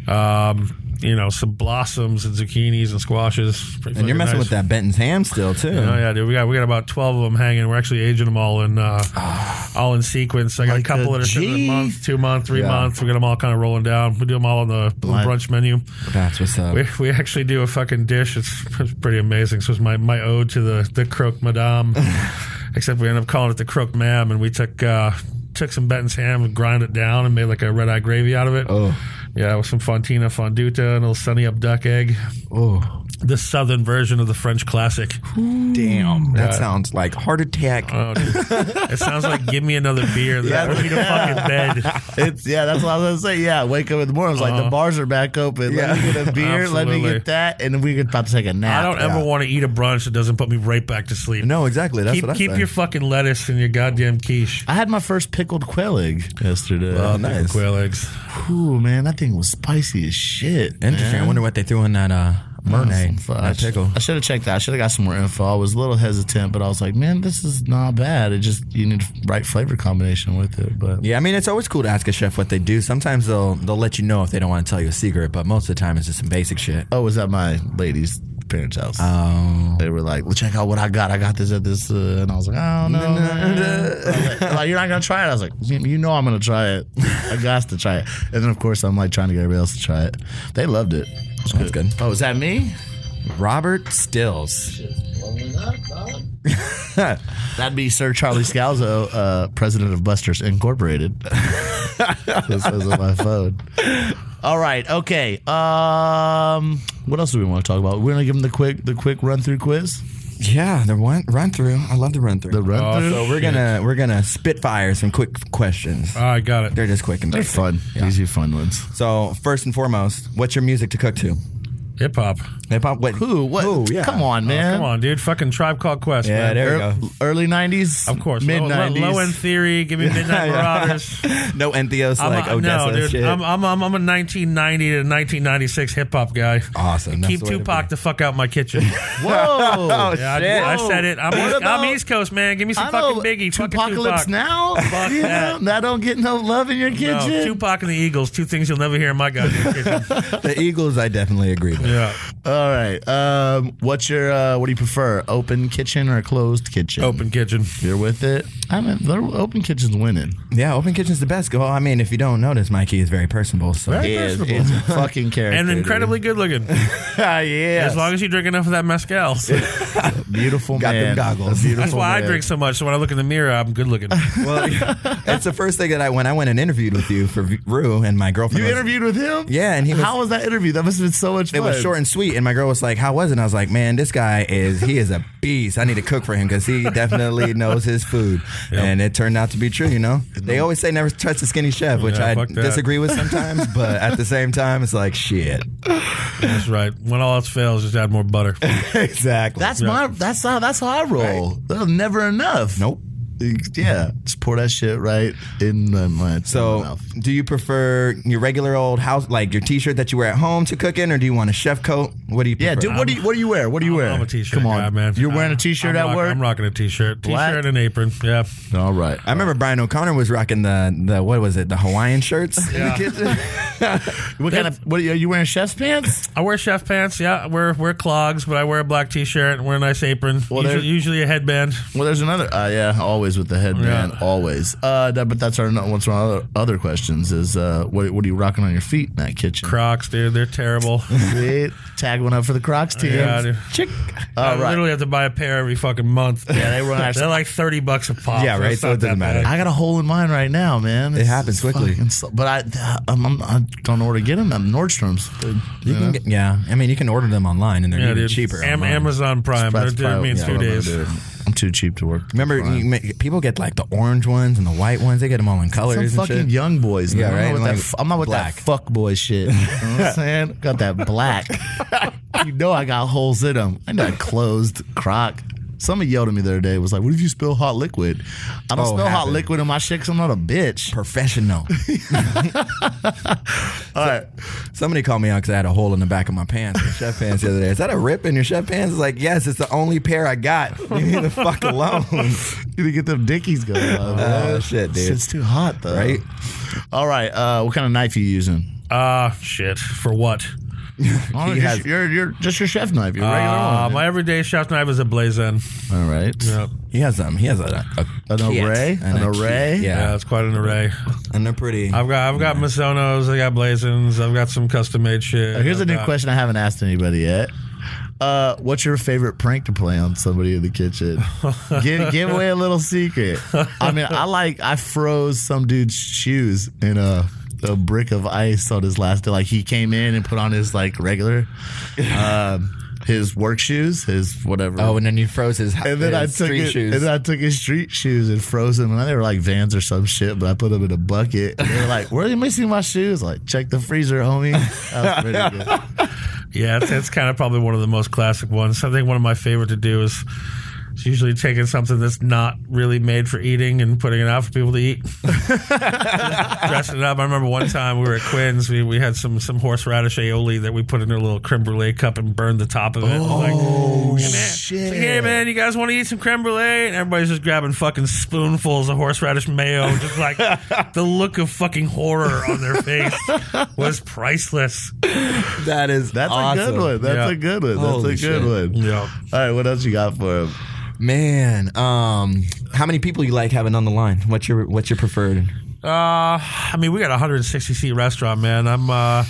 Um, you know, some blossoms and zucchinis and squashes. Pretty
And you're
fucking
messing
nice.
with that Benton's ham still too.
Oh yeah, dude. We got we got about twelve of them hanging. We're actually aging them all in uh,
Ah.
all in sequence. I got
Like
a couple
a
that are sitting in
G.
a month, two month, three
Yeah.
month. We got them all kind of rolling down. We do them all on the little
Nice.
brunch menu.
That's what's up.
We, we actually do a fucking dish. It's, it's pretty amazing. So it's my, my ode to the the croque madame. Except we ended up calling it the croque mam, and we took uh, took some Benton's ham and grind it down and made like a red eye gravy out of it.
Oh.
Yeah, with some fontina fonduta and a little sunny up duck egg.
oh.
The southern version of the French classic.
Damn, that sounds like heart attack.
Oh, dude. it sounds like give me another beer that I put me to fucking bed.
It's yeah, that's what I was gonna say. Yeah, wake up in the morning. It's like the
Uh-huh.
bars are back open. Let me
Yeah.
get a beer. Let me
Absolutely.
get that, and then we could about to take a nap.
I don't
yeah.
ever want to eat a brunch that doesn't put me right back to sleep.
no, exactly. That's
keep
what I
keep
say.
your fucking lettuce and your goddamn quiche.
I had my first pickled quail egg yesterday.
Oh, nice.
Quail eggs.
Ooh, man, that thing was spicy as shit.
Interesting. I
man.
wonder what they threw in that uh, Mernay,
Fuck.
that pickle.
I should have checked that. I should have got some more info. I was a little hesitant, but I was like, man, this is not bad. It just you need the right flavor combination with it. But
Yeah, I mean it's always cool to ask a chef what they do. Sometimes they'll they'll let you know if they don't want to tell you a secret, but most of the time it's just some basic shit.
oh, was that my lady's parents' house?
Oh,
they were like, well, check out what I got. I got this at this, uh, and I was like, oh no, man." Like, like you're not gonna try it. I was like, you you know, I'm gonna try it. I got to try it. And then of course, I'm like trying to get everybody else to try it. They loved it. It was
That's good.
Oh, is that me?
Robert Stills.
That'd be Sir Charlie Scalzo, uh, president of Buster's Incorporated. this is on my phone. All right, okay. Um, what else do we want to talk about? We're gonna give them the quick, the quick run through quiz.
Yeah, the one run through. I love the run through.
Oh,
The run through.
so we're gonna we're gonna spitfire some quick questions.
All right, got it.
They're just quick and
They're
basic.
fun, easy, fun ones.
So first and foremost, what's your music to cook to?
Hip hop.
Hip hop. What?
Who? What?
Who? Yeah.
Oh, Come on, man.
Come on, dude. Fucking Tribe Called Quest,
Yeah,
man.
there you
Ear-
go.
Early nineties,
Of course.
mid
Low- low-
nineties.
Low, end theory. Give me Midnight Marauders.
No entheos
I'm
like
a,
Odessa
no, dude.
shit.
I'm, I'm, I'm, I'm a 1990 to 1996 hip hop guy.
Awesome. Oh, That's
Keep
the way to
Tupac the fuck out my kitchen.
Whoa!
Oh
Yeah,
shit!
I, I said it. I'm,
What
East,
about-
I'm East Coast, man. Give me some
I know
fucking Biggie. fucking
Tupacalypse
Tupac.
now.
Fuck
You
that.
know, that don't get no love in your
No,
kitchen.
Tupac and the Eagles, two things you'll never hear in my goddamn kitchen.
the Eagles, I definitely agree with.
Yeah.
All right. Um, what's your? Uh, what do you prefer? Open kitchen or closed kitchen?
Open kitchen.
You're with it. I mean, the open kitchen's winning.
Yeah, open kitchen's the best. Well, I mean, if you don't notice, Mikey is very personable. So
It's, it's a fucking character. Ah,
And incredibly good looking.
yeah.
As long as you drink enough of that mezcal.
beautiful
Got them
man.
goggles.
A Beautiful
That's
Oh,
why I
man.
drink so much. So when I look in the mirror, I'm good looking.
well, that's the first thing that I when I went and interviewed with you for V- Rue and my girlfriend.
You
was,
interviewed with him?
Yeah, and he was-
How was that interview? That must have been so much
It
fun.
was short and sweet, and my girl was like, "How was it?" And I was like, "Man, this guy is he is a beast. I need to cook for him because he definitely knows his food." And it turned out to be true. You know, they always say never touch a skinny chef, which
Yeah,
I
fuck that.
disagree with sometimes, but at the same time, it's like shit.
That's right. When all else fails, just add more butter.
exactly.
That's my. That's how. That's how I roll. That's never enough.
nope.
Yeah, just pour that shit right in my, my my
So,
mouth.
do you prefer your regular old house, like your T-shirt that you wear at home, to cooking, or do you want a chef coat? What do you? Prefer?
Yeah, dude. What do you What do you wear? What do you wear?
I'm a t-shirt
Come on,
guy, man.
You're wearing a
I'm-
T-shirt
I'm
at
rock-
work.
I'm rocking a t-shirt, t-shirt
Black?
and an apron. Yeah,
All right.
I remember Brian O'Connor was rocking the the what was it the Hawaiian shirts in the kitchen.
What kind of? What are you, are you wearing? Chef's pants?
I wear chef pants. Yeah, I wear wear clogs, but I wear a black t-shirt and wear a nice apron.
Well,
usually,
there-
usually a headband.
Well, there's another. Uh, yeah, always with the headband.
Yeah.
Always. Uh, that, but that's our no- what's one of our other other questions is uh, what What are you rocking on your feet in that kitchen?
Crocs, dude, they're terrible.
Sweet. Tag one up for the Crocs team.
Yeah, dude.
Chick. All
I
right.
literally have to buy a pair every fucking month.
Yeah, they run out of-
They're like thirty bucks a pop.
Yeah, right,
That's
so it
not that
doesn't matter.
bad.
I got a hole in mine right now, man. It's
happens quickly.
fucking so- but I, I'm, I'm, I don't know where to get them. I'm Nordstrom's. dude.
You can get, yeah, I mean you can order them online and they're
Yeah,
even
dude.
cheaper.
Am-
online.
Amazon Prime. They're,
That's
they're, I
probably-
mean,
yeah,
two
what I'm
days.
gonna do. I'm too cheap to work.
Remember, you ma- people get like the orange ones and the white ones. They get them all in
Some
colors and
fucking
shit.
young boys.
Yeah,
Yeah,
right?
I'm not with,
Like
that, f- I'm not with
black.
that fuck boy shit. You know what I'm saying? Got that black. you know I got holes in them. I got closed crock. Somebody yelled at me the other day. Was like, "What if you spill hot liquid?" I don't
Oh,
spill hot
happened.
liquid in my shit 'cause I'm not a bitch.
Professional.
All right,
Somebody called me out because I had a hole in the back of my pants, my chef pants the other day. Is that a rip in your chef pants? It's like, yes, it's the only pair I got. Leave me the fuck alone.
you need to get them dickies going. Oh,
Oh, shit, dude.
Shit's too hot though.
Right?
All right. Uh, what kind of knife you using?
Ah, shit. For what?
Oh, just,
has- Ah.
your, your- just your chef knife. Your regular
Uh,
one.
my everyday chef knife is a blazing.
All right.
Yep.
He has um, he has a, a
An
kit
array?
and
An
a kit.
array?
Yeah,
Yeah,
it's quite an array.
and they're pretty.
I've got I've got Misonos, I got Blazins, I've got some custom made shit.
Uh, Here's a
I've
new
got-
question I haven't asked anybody yet. Uh, what's your favorite prank to play on somebody in the kitchen? give, give away a little secret. I mean, I like I froze some dude's shoes in a a brick of ice on his last day. Like he came in and put on his like regular, um, his work shoes, his whatever.
Oh, and then you froze his,
and then I
his
took
street
it,
shoes.
and then I took his street shoes and froze them, and they were like Vans or some shit. But I put them in a bucket. And they were like, "Where are you missing my shoes?" Like, check the freezer, homie. That was pretty good.
Yeah, it's, it's kind of probably one of the most classic ones. I think one of my favorite to do is it's usually taking something that's not really made for eating and putting it out for people to eat. Dressing it up. I remember one time we were at Quinn's. We, we had some some horseradish aioli that we put in a little creme brulee cup and burned the top of it. Oh, like, hey, man.
shit.
Like, hey, man, you guys want to eat some creme brulee? And everybody's just grabbing fucking spoonfuls of horseradish mayo. Just like the look of fucking horror on their face was priceless.
that is
That's a good
awesome.
one. That's
Yeah.
a good one. That's
Holy
a
shit.
good one.
Yeah.
All right, what else you got for him?
Man, um, how many people you like having on the line? What's your what's your preferred?
Uh, I mean, we got a 160 seat restaurant, man. I'm uh,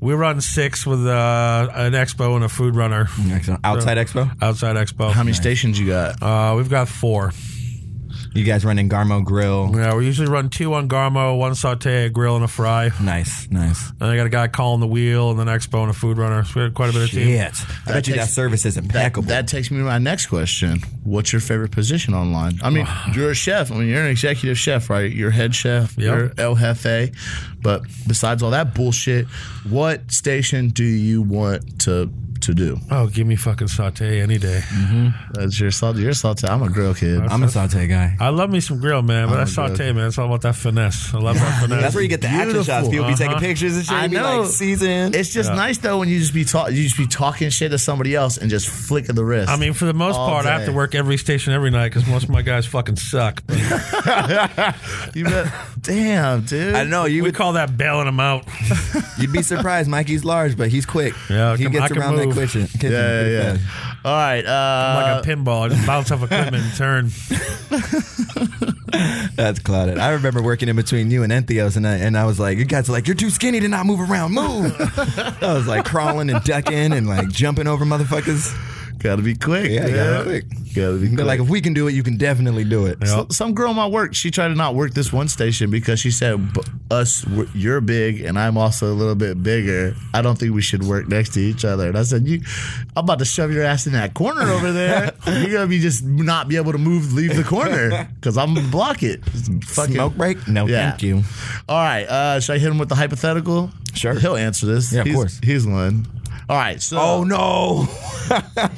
we run six with uh, an expo and a food runner
Excellent. Outside Expo.
outside expo.
How many stations you got?
Uh, we've got four.
You guys running Garmo Grill.
Yeah, we usually run two on Garmo, one saute, a grill, and a fry. And
Nice, nice.
I got a guy calling the wheel, and then expo and a food runner. So we got quite a bit of team.
Shit. I bet you that
takes-
service is
That,
impeccable.
that takes me to my next question. What's your favorite position online? I mean, you're a chef. I mean, you're an executive chef, right? You're head chef. You're El Jefe. But besides all that bullshit, what station do you want to to do?
Oh, give me fucking saute any day.
That's your salt. Your salt. I'm a grill kid.
I'm a saute guy.
I love me some grill, man, but that saute, man, it's all about that finesse. I love that finesse.
That's where you get the action shots.
Beautiful.
People be taking
Uh-huh.
pictures and shit.
I
You be
know.
like season.
It's just nice though when you just be talk, you just be talking shit to somebody else and just flick of the wrist.
I mean, for the most
All
part, I have to
day.
work every station every night because most of my guys fucking suck.
you bet. damn, dude.
I know Oh, you
we
would,
call that bailing them out.
you'd be surprised. Mikey's large, but he's quick.
Yeah, I
he
can- I
gets
can
around that
move.
kitchen. kitchen
Yeah,
pretty
yeah, yeah.
fast.
All right. Uh,
like a pinball. I just bounce off equipment and turn.
That's clouded. I remember working in between you and Entheos, and I, and I was like, you guys are like, you're too skinny to not move around. Move. I was like crawling and ducking and like jumping over motherfuckers.
Gotta be quick.
Yeah,
Yeah,
you gotta be quick.
Gotta be
They're
quick.
like, if we can do it, you can definitely do it.
Yeah.
So- some girl in my work, she tried to not work this one station because she said, "B- "Us, we're- you're big, and I'm also a little bit bigger. I don't think we should work next to each other." And I said, "You, I'm about to shove your ass in that corner over there. You're gonna be just not be able to move, leave the corner because I'm gonna block it." Fucking-
Smoke break? No,
Yeah.
thank you.
All right, uh, should I hit him with the hypothetical?
Sure.
he'll answer this.
Yeah, of
He's-
course.
He's one. All right, so
Oh no!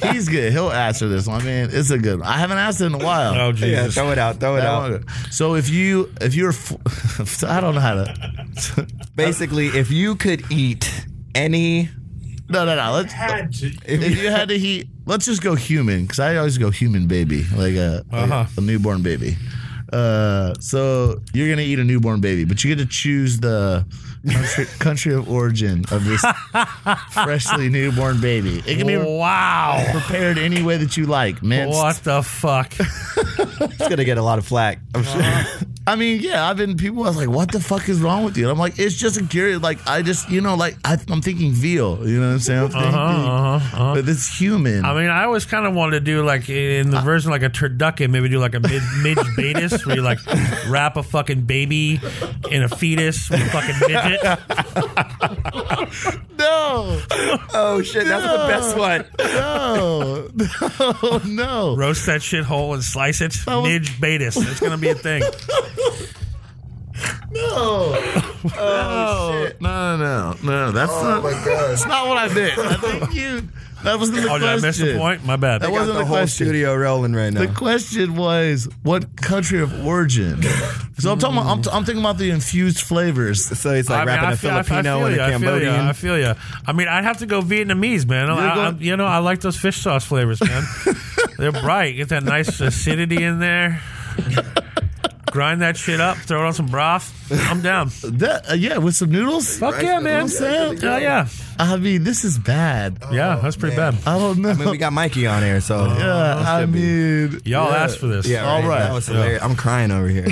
he's good. He'll answer this one. I mean, it's a good one. I haven't asked it in a while.
Oh
yeah,
Jesus!
throw it out. Throw it
That
out.
one. So if you if you're f- I don't know how to
Basically, if you could eat any,
no no no let's if you had to eat let's just go human because I always go human baby like a like
Uh-huh.
a newborn baby. Uh, so you're gonna eat a newborn baby, but you get to choose the country, country of origin of this freshly newborn baby. It can be
wow!
prepared any way that you like, man.
Oh. What the fuck?
it's gonna get a lot of flack. I'm sure.
I mean, yeah, I've been people. I was like, "What the fuck is wrong with you?" And I'm like, "It's just a curious. Like, I just, you know, like I, I'm thinking veal. You know what I'm saying? I'm
Uh-huh,
thinking, but it's human.
I mean, I always kind of wanted to do like in the version like a turducken, maybe do like a mid midge betis where you like wrap a fucking baby in a fetus with a fucking midget.
no, No.
Oh shit, that's the best one.
No. No. No.
Roast that shithole and slice it.
was-
Nidge Betis. That's going to be a thing.
No. Oh, shit. No, no, no. No, that's not. That's not what I did. I think you. That wasn't the
Oh, did
question.
I miss the point? My bad.
That
Got
wasn't
the
the
whole
question.
studio rolling right now.
The question was what country of origin. So I'm talking. About, I'm, t- I'm thinking about the infused flavors.
so it's like
I mean,
wrapping
I
a
feel- I feel- I
Filipino
feel
and a
ya, I feel ya,
Cambodian.
I feel you. I mean, I'd have to go Vietnamese, man. I, I-
going-
you know, I like those fish sauce flavors, man. They're bright. Get that nice acidity in there. Grind that shit up. Throw it on some broth. I'm down.
That uh, yeah, with some noodles.
Fuck yeah, man.
noodles, yeah, Oh. good to
Hell yeah.
I mean, this is bad.
Yeah, that's pretty
man.
bad.
I don't know.
I mean, we got Mikey on here, so
yeah, I
should be.
mean,
Y'all
yeah.
asked for this.
Yeah,
All
right.
right.
That was hilarious. I'm crying over here.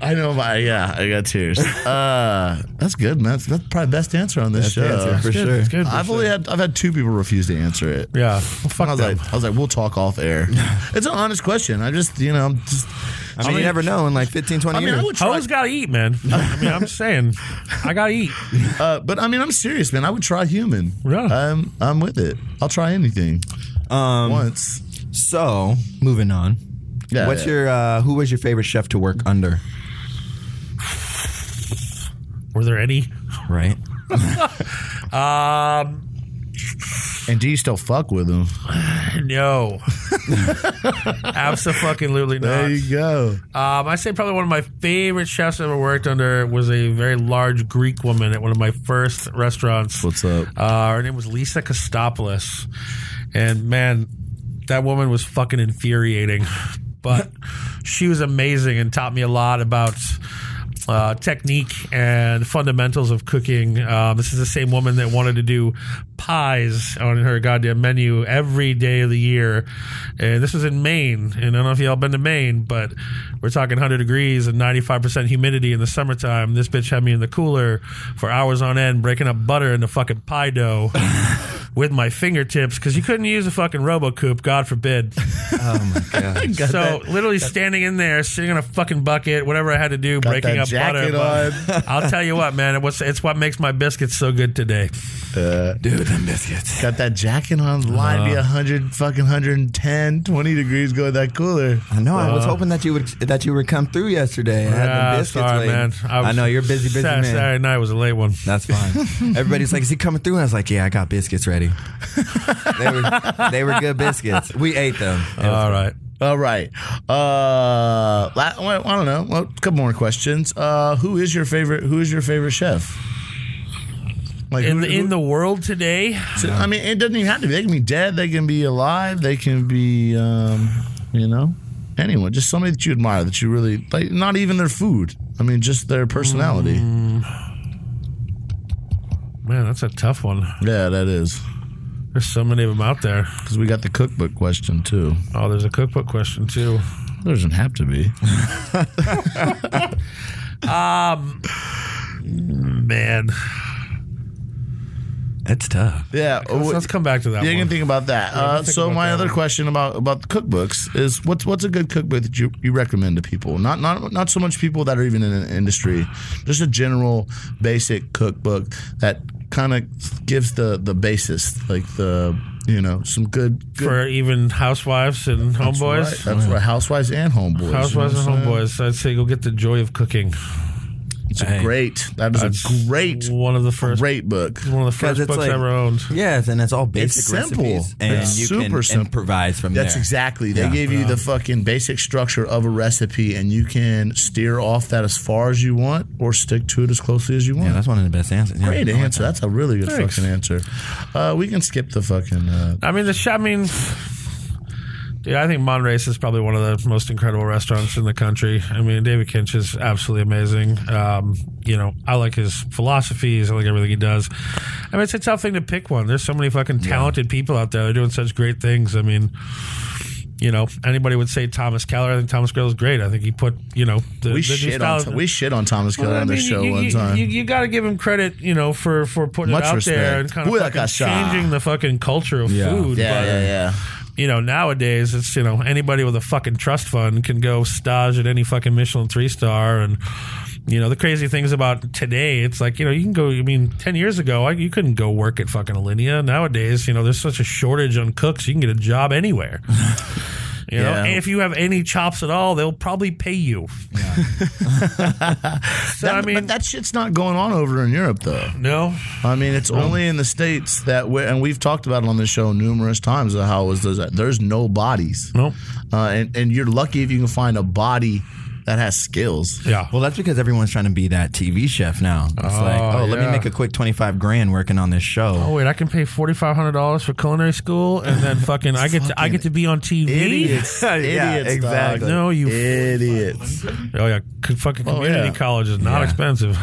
I know, but yeah, I got tears. Uh, that's good, man. That's, that's probably the best answer on this
That's the
show.
answer, for
It's good.
sure.
It's good.
I've only had I've had two people refuse to answer it.
Yeah. Well, fuck
I was
them.
like, I was like, we'll talk off air. it's an honest question. I just, you know, I'm just.
I mean, you never know in like 15, 20
I mean,
years.
I would try,
Hoes gotta eat, man. I mean, I'm saying, I gotta eat.
uh, but I mean, I'm serious, man. I would try human.
Yeah.
I'm, I'm with it. I'll try anything
Um,
once.
So moving on.
Yeah,
What's
yeah.
your uh, who was your favorite chef to work under?
Were there any?
Right.
Um,
And do you still fuck with him?
no. Absolutely not.
There you go.
Um, I say probably one of my favorite chefs I ever worked under was a very large Greek woman at one of my first restaurants.
What's up?
Uh, her name was Lisa Kostopoulos, and man, that woman was fucking infuriating, but she was amazing and taught me a lot about. Uh, technique and fundamentals of cooking. Um, this is the same woman that wanted to do pies on her goddamn menu every day of the year, and this was in Maine. And I don't know if y'all been to Maine, but we're talking 100 degrees and 95% humidity in the summertime. This bitch had me in the cooler for hours on end, breaking up butter into fucking pie dough with my fingertips because you couldn't use a fucking RoboCoop, God forbid.
Oh my god.
so literally standing in there, sitting on a fucking bucket, whatever I had to do, breaking
that
up butter.
jacket
but I'll tell you what, man, it was, it's what makes my biscuits so good today.
Uh,
Dude, the biscuits.
Got that jacket on, line
Uh-huh.
be 100, fucking 110, 20 degrees, go in that cooler.
I know. I was hoping that you would that you would come through yesterday. I had them
Yeah,
biscuits
Ah, sorry,
waiting.
man.
I, know you're a busy, busy
Saturday,
man.
Saturday night was a late one.
That's fine. Everybody's like, "Is he coming through?" And I was like, "Yeah, I got biscuits ready." they were they were good biscuits. We ate them.
Uh,
All right.
All right. Uh, la- well, I don't know. Well, a couple more questions. Uh, who is your favorite? Who is your favorite chef? Like
In
who-
the, in the world today,
who- I mean, it doesn't even have to be. They can be dead. They can be alive. They can be, um, you know, anyone. Just somebody that you admire, that you really like. Not even their food. I mean, just their personality.
Mm. man, that's a tough one.
Yeah, that is
There's so many of them out there.
because we got the cookbook question too.
Oh, there's a cookbook question too.
There doesn't have to be.
Man,
That's tough.
Yeah.
let's, let's come back to that.
Yeah, you
one.
can think about that. uh,
think
so
about
my
that
other
one.
question about about the cookbooks is what's what's a good cookbook that you, you recommend to people? Not not not so much people that are even in an industry, just a general basic cookbook that kind of gives the the basis, like the you know some good, good
for even housewives and
that's
homeboys.
right, that's right, housewives and homeboys.
Housewives
you know
and
what I'm saying?
homeboys. I'd say go get the joy of cooking.
It's a great. That is a great
One of the first.
great book.
One of the
'Cause
first
it's
books
like-
I ever owned.
Yes, and it's all basic
simple.
recipes, and
It's
you
super
can
simple.
improvise from
That's
there.
exactly. They
Yeah.
gave you the fucking basic structure of a recipe, and you can steer off that as far as you want, or stick to it as closely as you want.
Yeah, that's one of the best answers. Yeah,
Great
I like
answer.
that.
That's a really good
Thanks.
fucking answer. Uh, we can skip the fucking. Uh,
I mean, the sh- I mean, dude, I think Monrace is probably one of the most incredible restaurants in the country. I mean, David Kinch is absolutely amazing. Um, you know, I like his philosophies. I like everything he does. I mean, it's a tough thing to pick one. There's so many fucking talented people out there. They're doing such great things. I mean. You know, anybody would say Thomas Keller. I think Thomas Keller is great. I think he put, you know, the,
we
the new
shit
style-
on we shit on Thomas Keller
Well, I
on this
mean,
show
you,
one
you,
time.
You, got to give him credit, you know, for for putting
Much
it out
respect.
there and kind of
Uy, la
fucking
casa.
changing the fucking culture of
Yeah.
food.
yeah,
but, uh,
yeah, yeah.
You know, nowadays it's you know anybody with a fucking trust fund can go stage at any fucking Michelin three star and You know, the crazy things about today, it's like, you know, you can go, I mean, 10 years ago, I, you couldn't go work at fucking Alinea. Nowadays, you know, there's such a shortage on cooks, you can get a job anywhere. You know,
Yeah.
and if you have any chops at all, they'll probably pay you. so, I
That-
mean,
but that shit's not going on over in Europe though.
no.
I mean, it's only in the states that we and we've talked about it on this show numerous times. How it was there's, there's no bodies,
No.
uh, and and you're lucky if you can find a body that has skills.
Yeah.
Well, that's because everyone's trying to be that TV chef now. It's like, oh, let me
yeah.
make a quick twenty-five grand working on this show.
Oh wait, I can pay forty five hundred dollars for culinary school, and then fucking I get to, I get to be on TV.
Idiots,
Yeah,
idiots,
exactly.
Dog.
No, you.
idiots.
Oh yeah, c- fucking
Oh,
community
yeah.
college is not
Yeah.
expensive.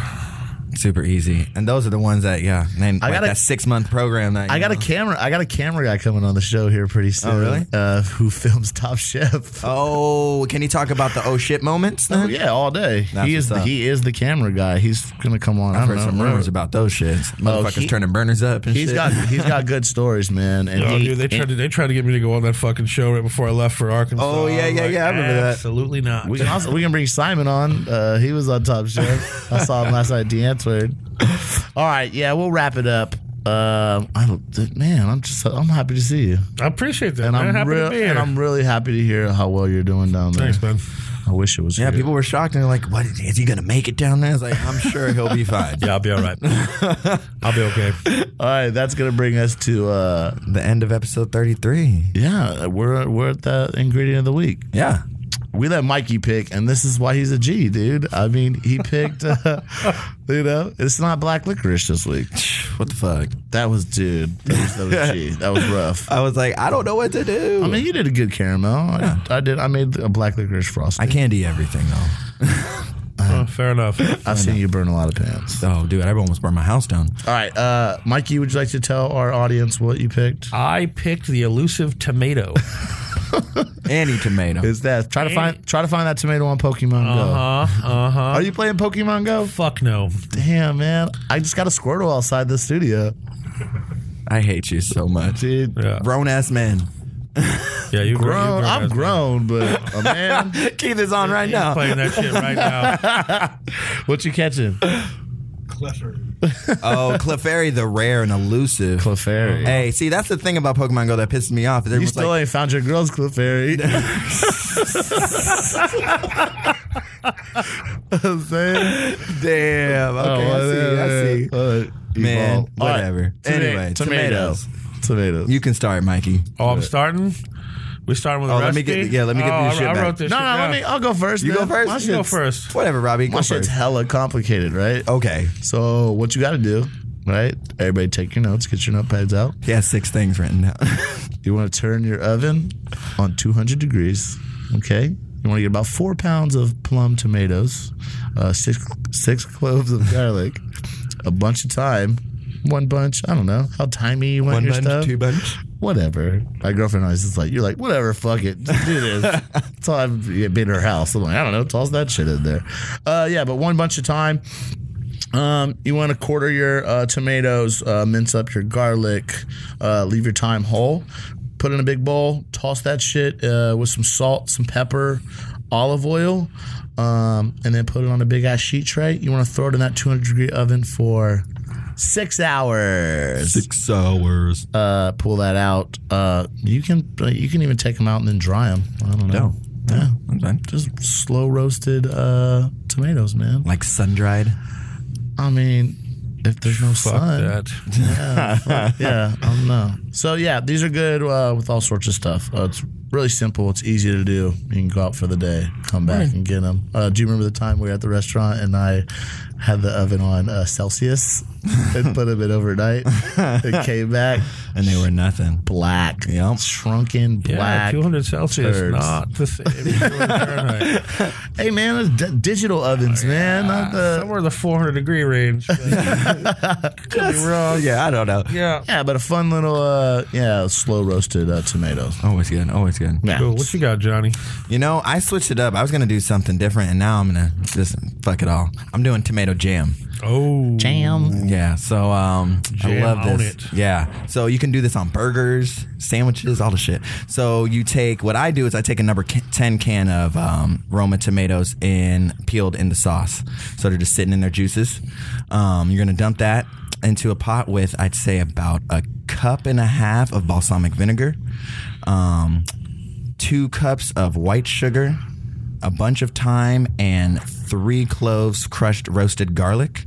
Super easy, and those are the ones that yeah, man,
I
like
gotta-
that six-month program. That,
I got a
you know.
camera. I got a camera guy coming on the show here pretty soon.
Oh, really?
Uh, who films Top Chef?
Oh, can you talk about the oh shit moments? Then?
Oh, yeah, all day.
That's
he is.
what's up.
he is the camera guy. He's gonna come on.
I've
don't
heard
know,
some rumors about those shits. Motherfuckers
Oh, he-
turning burners up and
He's
shit.
got. He's got good stories, man. And
Oh,
he-
dude, they
and-
tried to they tried to get me to go on that fucking show right before I left for Arkansas.
Oh, yeah,
I'm
yeah, yeah, I remember that.
Absolutely not.
We can also we can bring Simon on. Uh, he was on Top Chef. I saw him last night. at answered. All right, yeah, we'll wrap it up. Um, I don't, man, I'm just I'm happy to see you,
I appreciate that.
and
man.
I'm
happy
real,
to be here.
and I'm really happy to hear how well you're doing down there.
Thanks, man.
I wish it was.
yeah,
here.
people were shocked and they're like, "What is, is he gonna make it down there?" I was like, "I'm sure he'll be fine."
Yeah, I'll be all right. I'll be okay.
All right, that's gonna bring us to uh,
The end of episode thirty-three.
yeah, we're we're at the ingredient of the week.
Yeah,
we let Mikey pick, and this is why he's a G, dude. I mean, he picked, uh, you know, it's not black licorice this week.
what the fuck?
That was, dude, that was, that was G. That was rough.
I was like, I don't know what to do.
I mean, you did a good caramel. I, I did. I made a black licorice frosting.
I candy everything though.
Oh, fair enough.
I've seen you burn a lot of pants.
Oh, dude, I almost burned my house down.
All right, uh, Mikey, would you like to tell our audience what you picked?
I picked the elusive tomato.
Any tomato.
Is that try to find try to find that tomato on Pokemon
Uh
Go?
huh. Uh huh.
Are you playing Pokemon Go?
Fuck no.
Damn, man! I just got a Squirtle outside the studio,
I hate you so much.
dude.
Yeah.
Grown ass men.
Yeah, you
Grown, I'm grown, but a man.
Keith is on right now.
Playing that shit right now.
What you catching?
Oh, Clefairy, the rare and elusive.
Clefairy.
Hey, see, that's the thing about Pokemon Go that pisses me off. Is
you
everyone's
still
like,
ain't found your girls, Clefairy. I'm saying.
damn, okay, I see, I see. Man, whatever. Anyway, tomatoes.
tomatoes. Tomatoes.
You can start, Mikey.
Oh, I'm starting. We starting with a
Oh,
recipe.
let me get the- yeah, let me get
oh,
this
I,
shit
I
back.
wrote this.
no,
shit
no,
down.
let me. I'll go first.
You
man.
go first?
My
You
You go
shit's-
first.
Whatever, Robbie. Go
My shit's
first.
hella complicated, right?
Okay.
So what you got to do, right? Everybody, take your notes. Get your notepads out.
He has six things written down.
You want to turn your oven on 200 degrees. Okay. You want to get about four pounds of plum tomatoes, uh, six six cloves of garlic, a bunch of thyme, one bunch. I don't know how timey you want your stuff.
bunch.
whatever. My girlfriend always is like, "You're like whatever, fuck it, just do this." so I've been in her house. I'm like, I don't know, toss that shit in there. Uh, yeah, but one bunch of time. Um, you want to quarter your uh, tomatoes, uh, mince up your garlic, uh, leave your thyme whole. Put in a big bowl, toss that shit uh, with some salt, some pepper, olive oil, um, and then put it on a big ass sheet tray. You want to throw it in that 200 degree oven for six hours
Six hours.
uh, pull that out. Uh, you can you can even take them out and then dry them. I don't know.
No.
Yeah,
I'm done.
just slow roasted uh, tomatoes, man.
Like sun dried.
I mean, if there's no
Fuck
sun,
that.
yeah, I don't know. So yeah, these are good uh, with all sorts of stuff. Uh, it's really simple. It's easy to do. You can go out for the day, come back and get them. Uh, do you remember the time we were at the restaurant and I had the oven on uh, Celsius and put them in overnight? It came back
And they were nothing.
black,
Yep.
shrunken
Yeah,
black.
200 Celsius,
turds.
not the same. as 200 Fahrenheit.
Hey man, it's d- digital
Oh,
ovens, man. Not the
Somewhere in the 400 degree range. but- Could be
Oh,
wrong.
yeah, I don't know.
Yeah.
yeah, but a fun little uh, yeah, slow roasted uh, tomatoes.
Always good. Always good.
Yeah.
Cool. What you got, Johnny?
You know, I switched it up. I was gonna do something different, and now I'm gonna just fuck it all. I'm doing tomato tomato jam.
Oh,
Jam.
Yeah, so um, I
Jam
love
on
this.
it.
Yeah, so you can do this on burgers, sandwiches, all the shit. So you take what I do is I take a number ca- ten can of um, Roma tomatoes and peeled in the sauce, so they're just sitting in their juices. Um, you're gonna dump that into a pot with I'd say about a cup and a half of balsamic vinegar, um, two cups of white sugar, a bunch of thyme, and three cloves crushed roasted garlic.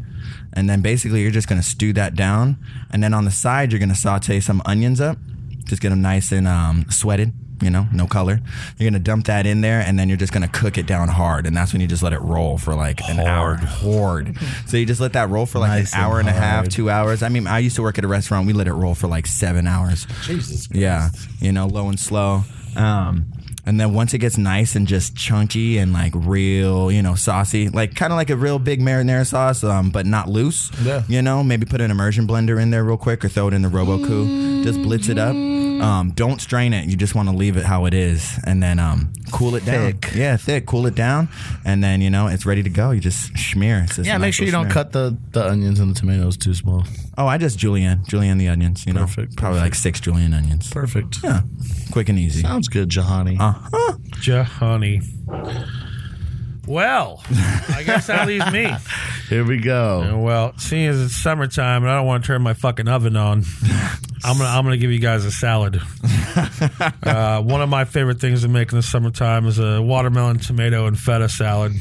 And then basically, you're just gonna stew that down. And then on the side, you're gonna saute some onions up. Just get them nice and um, sweated, you know, no color. You're gonna dump that in there, and then you're just gonna cook it down hard. And that's when you just let it roll for like an hour. Hard. So you just let that roll for like
Nice
an hour
and
and, a half,
hard.
two hours. I mean, I used to work at a restaurant. We let it roll for like seven hours.
Jesus.
Yeah, you know, low and slow. Um, and then once it gets nice and just chunky and like real, you know, saucy, like kind of like a real big marinara sauce, um, but not loose.
Yeah.
You know, maybe put an immersion blender in there real quick or throw it in the RoboCoo. Just blitz it up. Um, don't strain it. You just want to leave it how it is, and then um, cool it
Thick.
down. Yeah, thick. Cool it down, and then you know it's ready to go. You just smear. It's just
Yeah,
a
make
nice
sure you
little
don't
smear.
cut the, the onions and the tomatoes too small.
Oh, I just julienne, julienne the onions. You know,
Perfect,
Probably like six julienne onions.
Perfect.
Yeah, quick and easy.
Sounds good, Jahani.
Uh,
Uh-huh.
honey. Well, I guess that leaves me.
Here we go.
Well, seeing as it's summertime and I don't want to turn my fucking oven on, I'm gonna I'm gonna give you guys a salad. uh, one of my favorite things to make in the summertime is a watermelon, tomato, and feta salad.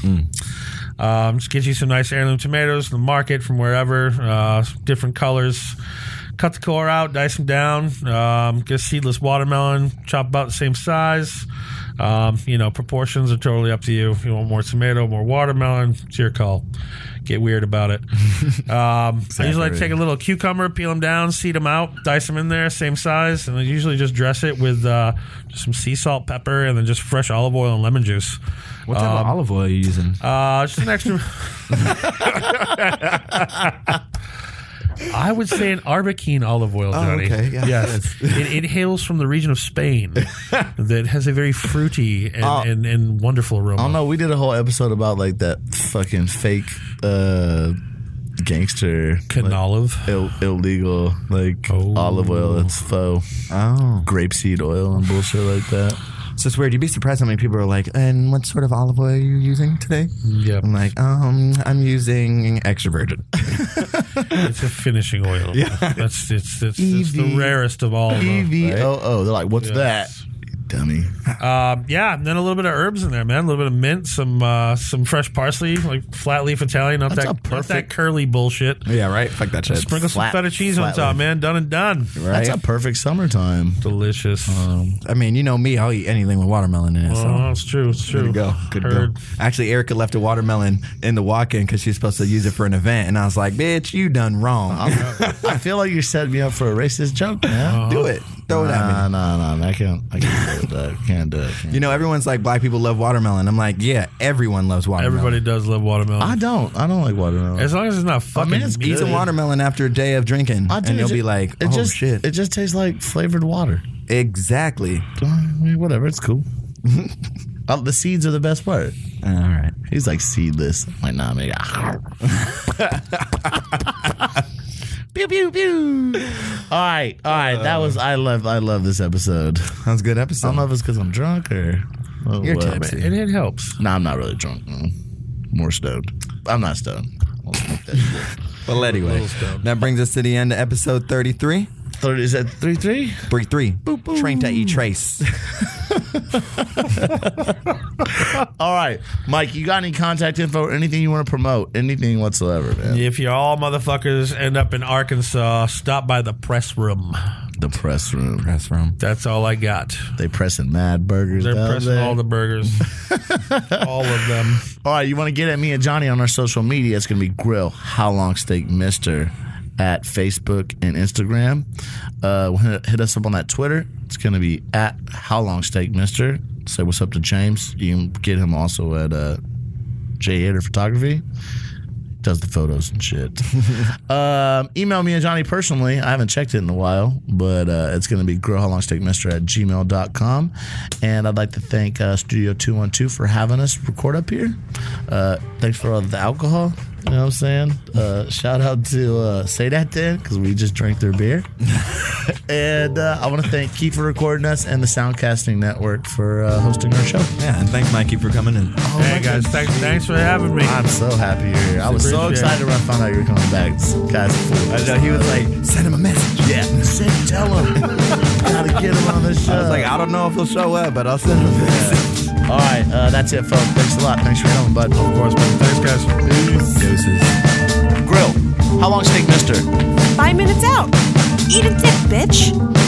Um, just get you some nice heirloom tomatoes from the market from wherever, uh, different colors. Cut the core out, dice them down. Um, get a seedless watermelon, chop about the same size. Um, you know, proportions are totally up to you. If you want more tomato, more watermelon, it's your call. Get weird about it. Um, I usually like to take a little cucumber, peel them down, seed them out, dice them in there, same size, and I usually just dress it with uh, just some sea salt, pepper, and then just fresh olive oil and lemon juice.
What type of olive oil are you using?
Uh, just an extra. I would say an arbequine olive oil, Johnny.
Oh, okay. Yeah.
Yes, it, it hails from the region of Spain that has a very fruity and,
Oh.
and, and wonderful aroma.
I don't know. We did a whole episode about like that fucking fake uh, gangster
Can
like,
olive.
Ill, illegal like
Oh.
olive oil. It's faux
Oh,
grapeseed oil and bullshit like that.
so it's weird. You'd be surprised how many people are like, "And what sort of olive oil are you using today?"
Yeah,
I'm like, "Um, I'm using extra virgin."
it's a finishing oil. Yeah, that's it's it's, it's the
EV.
rarest of all. of them.
EVOO. They're like, what's
Yes.
that? You Dummy.
Um, yeah, and then a little bit of herbs in there, man. A little bit of mint, some uh, some fresh parsley, like flat leaf Italian. Not
That's a
that not that
perfect-
curly bullshit.
yeah, right. Fuck that shit.
Sprinkle
Flat-
some feta cheese on
flat
top,
leaf.
man. Done and done.
Right.
That's a perfect summertime.
Delicious.
Uh,
I mean, you know me. I'll eat anything with watermelon in it. So.
oh, it's true. It's true.
Good to go. Good to
Heard.
go. Actually, Erica left a watermelon in the walk-in because she was supposed to use it for an event, and I was like, "Bitch, you done wrong.
I feel like you set me up for a racist joke, man.
Do it. Throw it at me."
Uh-huh. Nah, nah, nah. I can't. I can't do it. I can't do it.
You know, everyone's like, "Black people love watermelon." I'm like, "Yeah, everyone loves watermelon."
Everybody does love watermelon.
I don't. I don't like watermelon.
as long as it's not fucking.
it's
meat.
eat some
good.
watermelon after a day of drinking,
I do,
and
it
you'll
ju-
be like, "Oh
it just,
shit!"
It just tastes like flavored water.
exactly.
I mean, whatever, it's cool. Uh, the seeds are the best part.
All right.
He's like seedless. I'm like, nah, man. pew pew pew. All right, all right. that was I love I love this episode.
That was a good
I don't
episode.
know if it's because I'm drunk or oh, or
You're
what,
tipsy.
man.
and it helps.
Nah, I'm not really drunk. no. More stoned. I'm not stoned. I'll smoke that shit.
well, anyway, that brings us to the end of episode 33.
Thirty is that three three?
33. Train to E Trace.
All right, Mike. You got any contact info or anything you want to promote? Anything whatsoever, man?
If you all motherfuckers end up in Arkansas, stop by the press room.
The press room.
Press room.
That's all I got.
They pressing mad burgers.
They're
down
pressing
there.
all the burgers, all of them.
All right, you want to get at me and Johnny on our social media? It's going to be Grill How Long Steak Mister at Facebook and Instagram. Uh, hit- hit us up on that Twitter. It's going to be at How Long Steak Mister. Say what's up to James. You can get him also at uh, J Hader Photography. Does the photos and shit. um, email me and Johnny personally. I haven't checked it in a while, but uh, it's going to be growhowlongsteakmister at gmail.com. And I'd like to thank uh, Studio 212 for having us record up here. Uh, thanks for all the alcohol. You know what I'm saying? Uh, shout out to uh, Say That Then, because we just drank their beer. and uh, I want to thank Keith for recording us and the Soundcasting Network for uh, hosting our show.
Yeah, and thanks, Mikey, for coming in.
hey guys, thanks, thanks for having me.
I'm so happy you're here. I was so
Appreciate it.
excited when I found out you were coming back. This Guys,
I know he was like, send him a message.
yeah, shit, tell him. Gotta get him on the show.
I was like, I don't know if he'll show up, but I'll send him a message.
All right, uh, that's it, folks. Thanks a lot. Thanks for coming, bud.
Of course, man. Thanks, guys.
Deuces.
Grill, how long steak, mister?
Five minutes out. Eat a dick, bitch.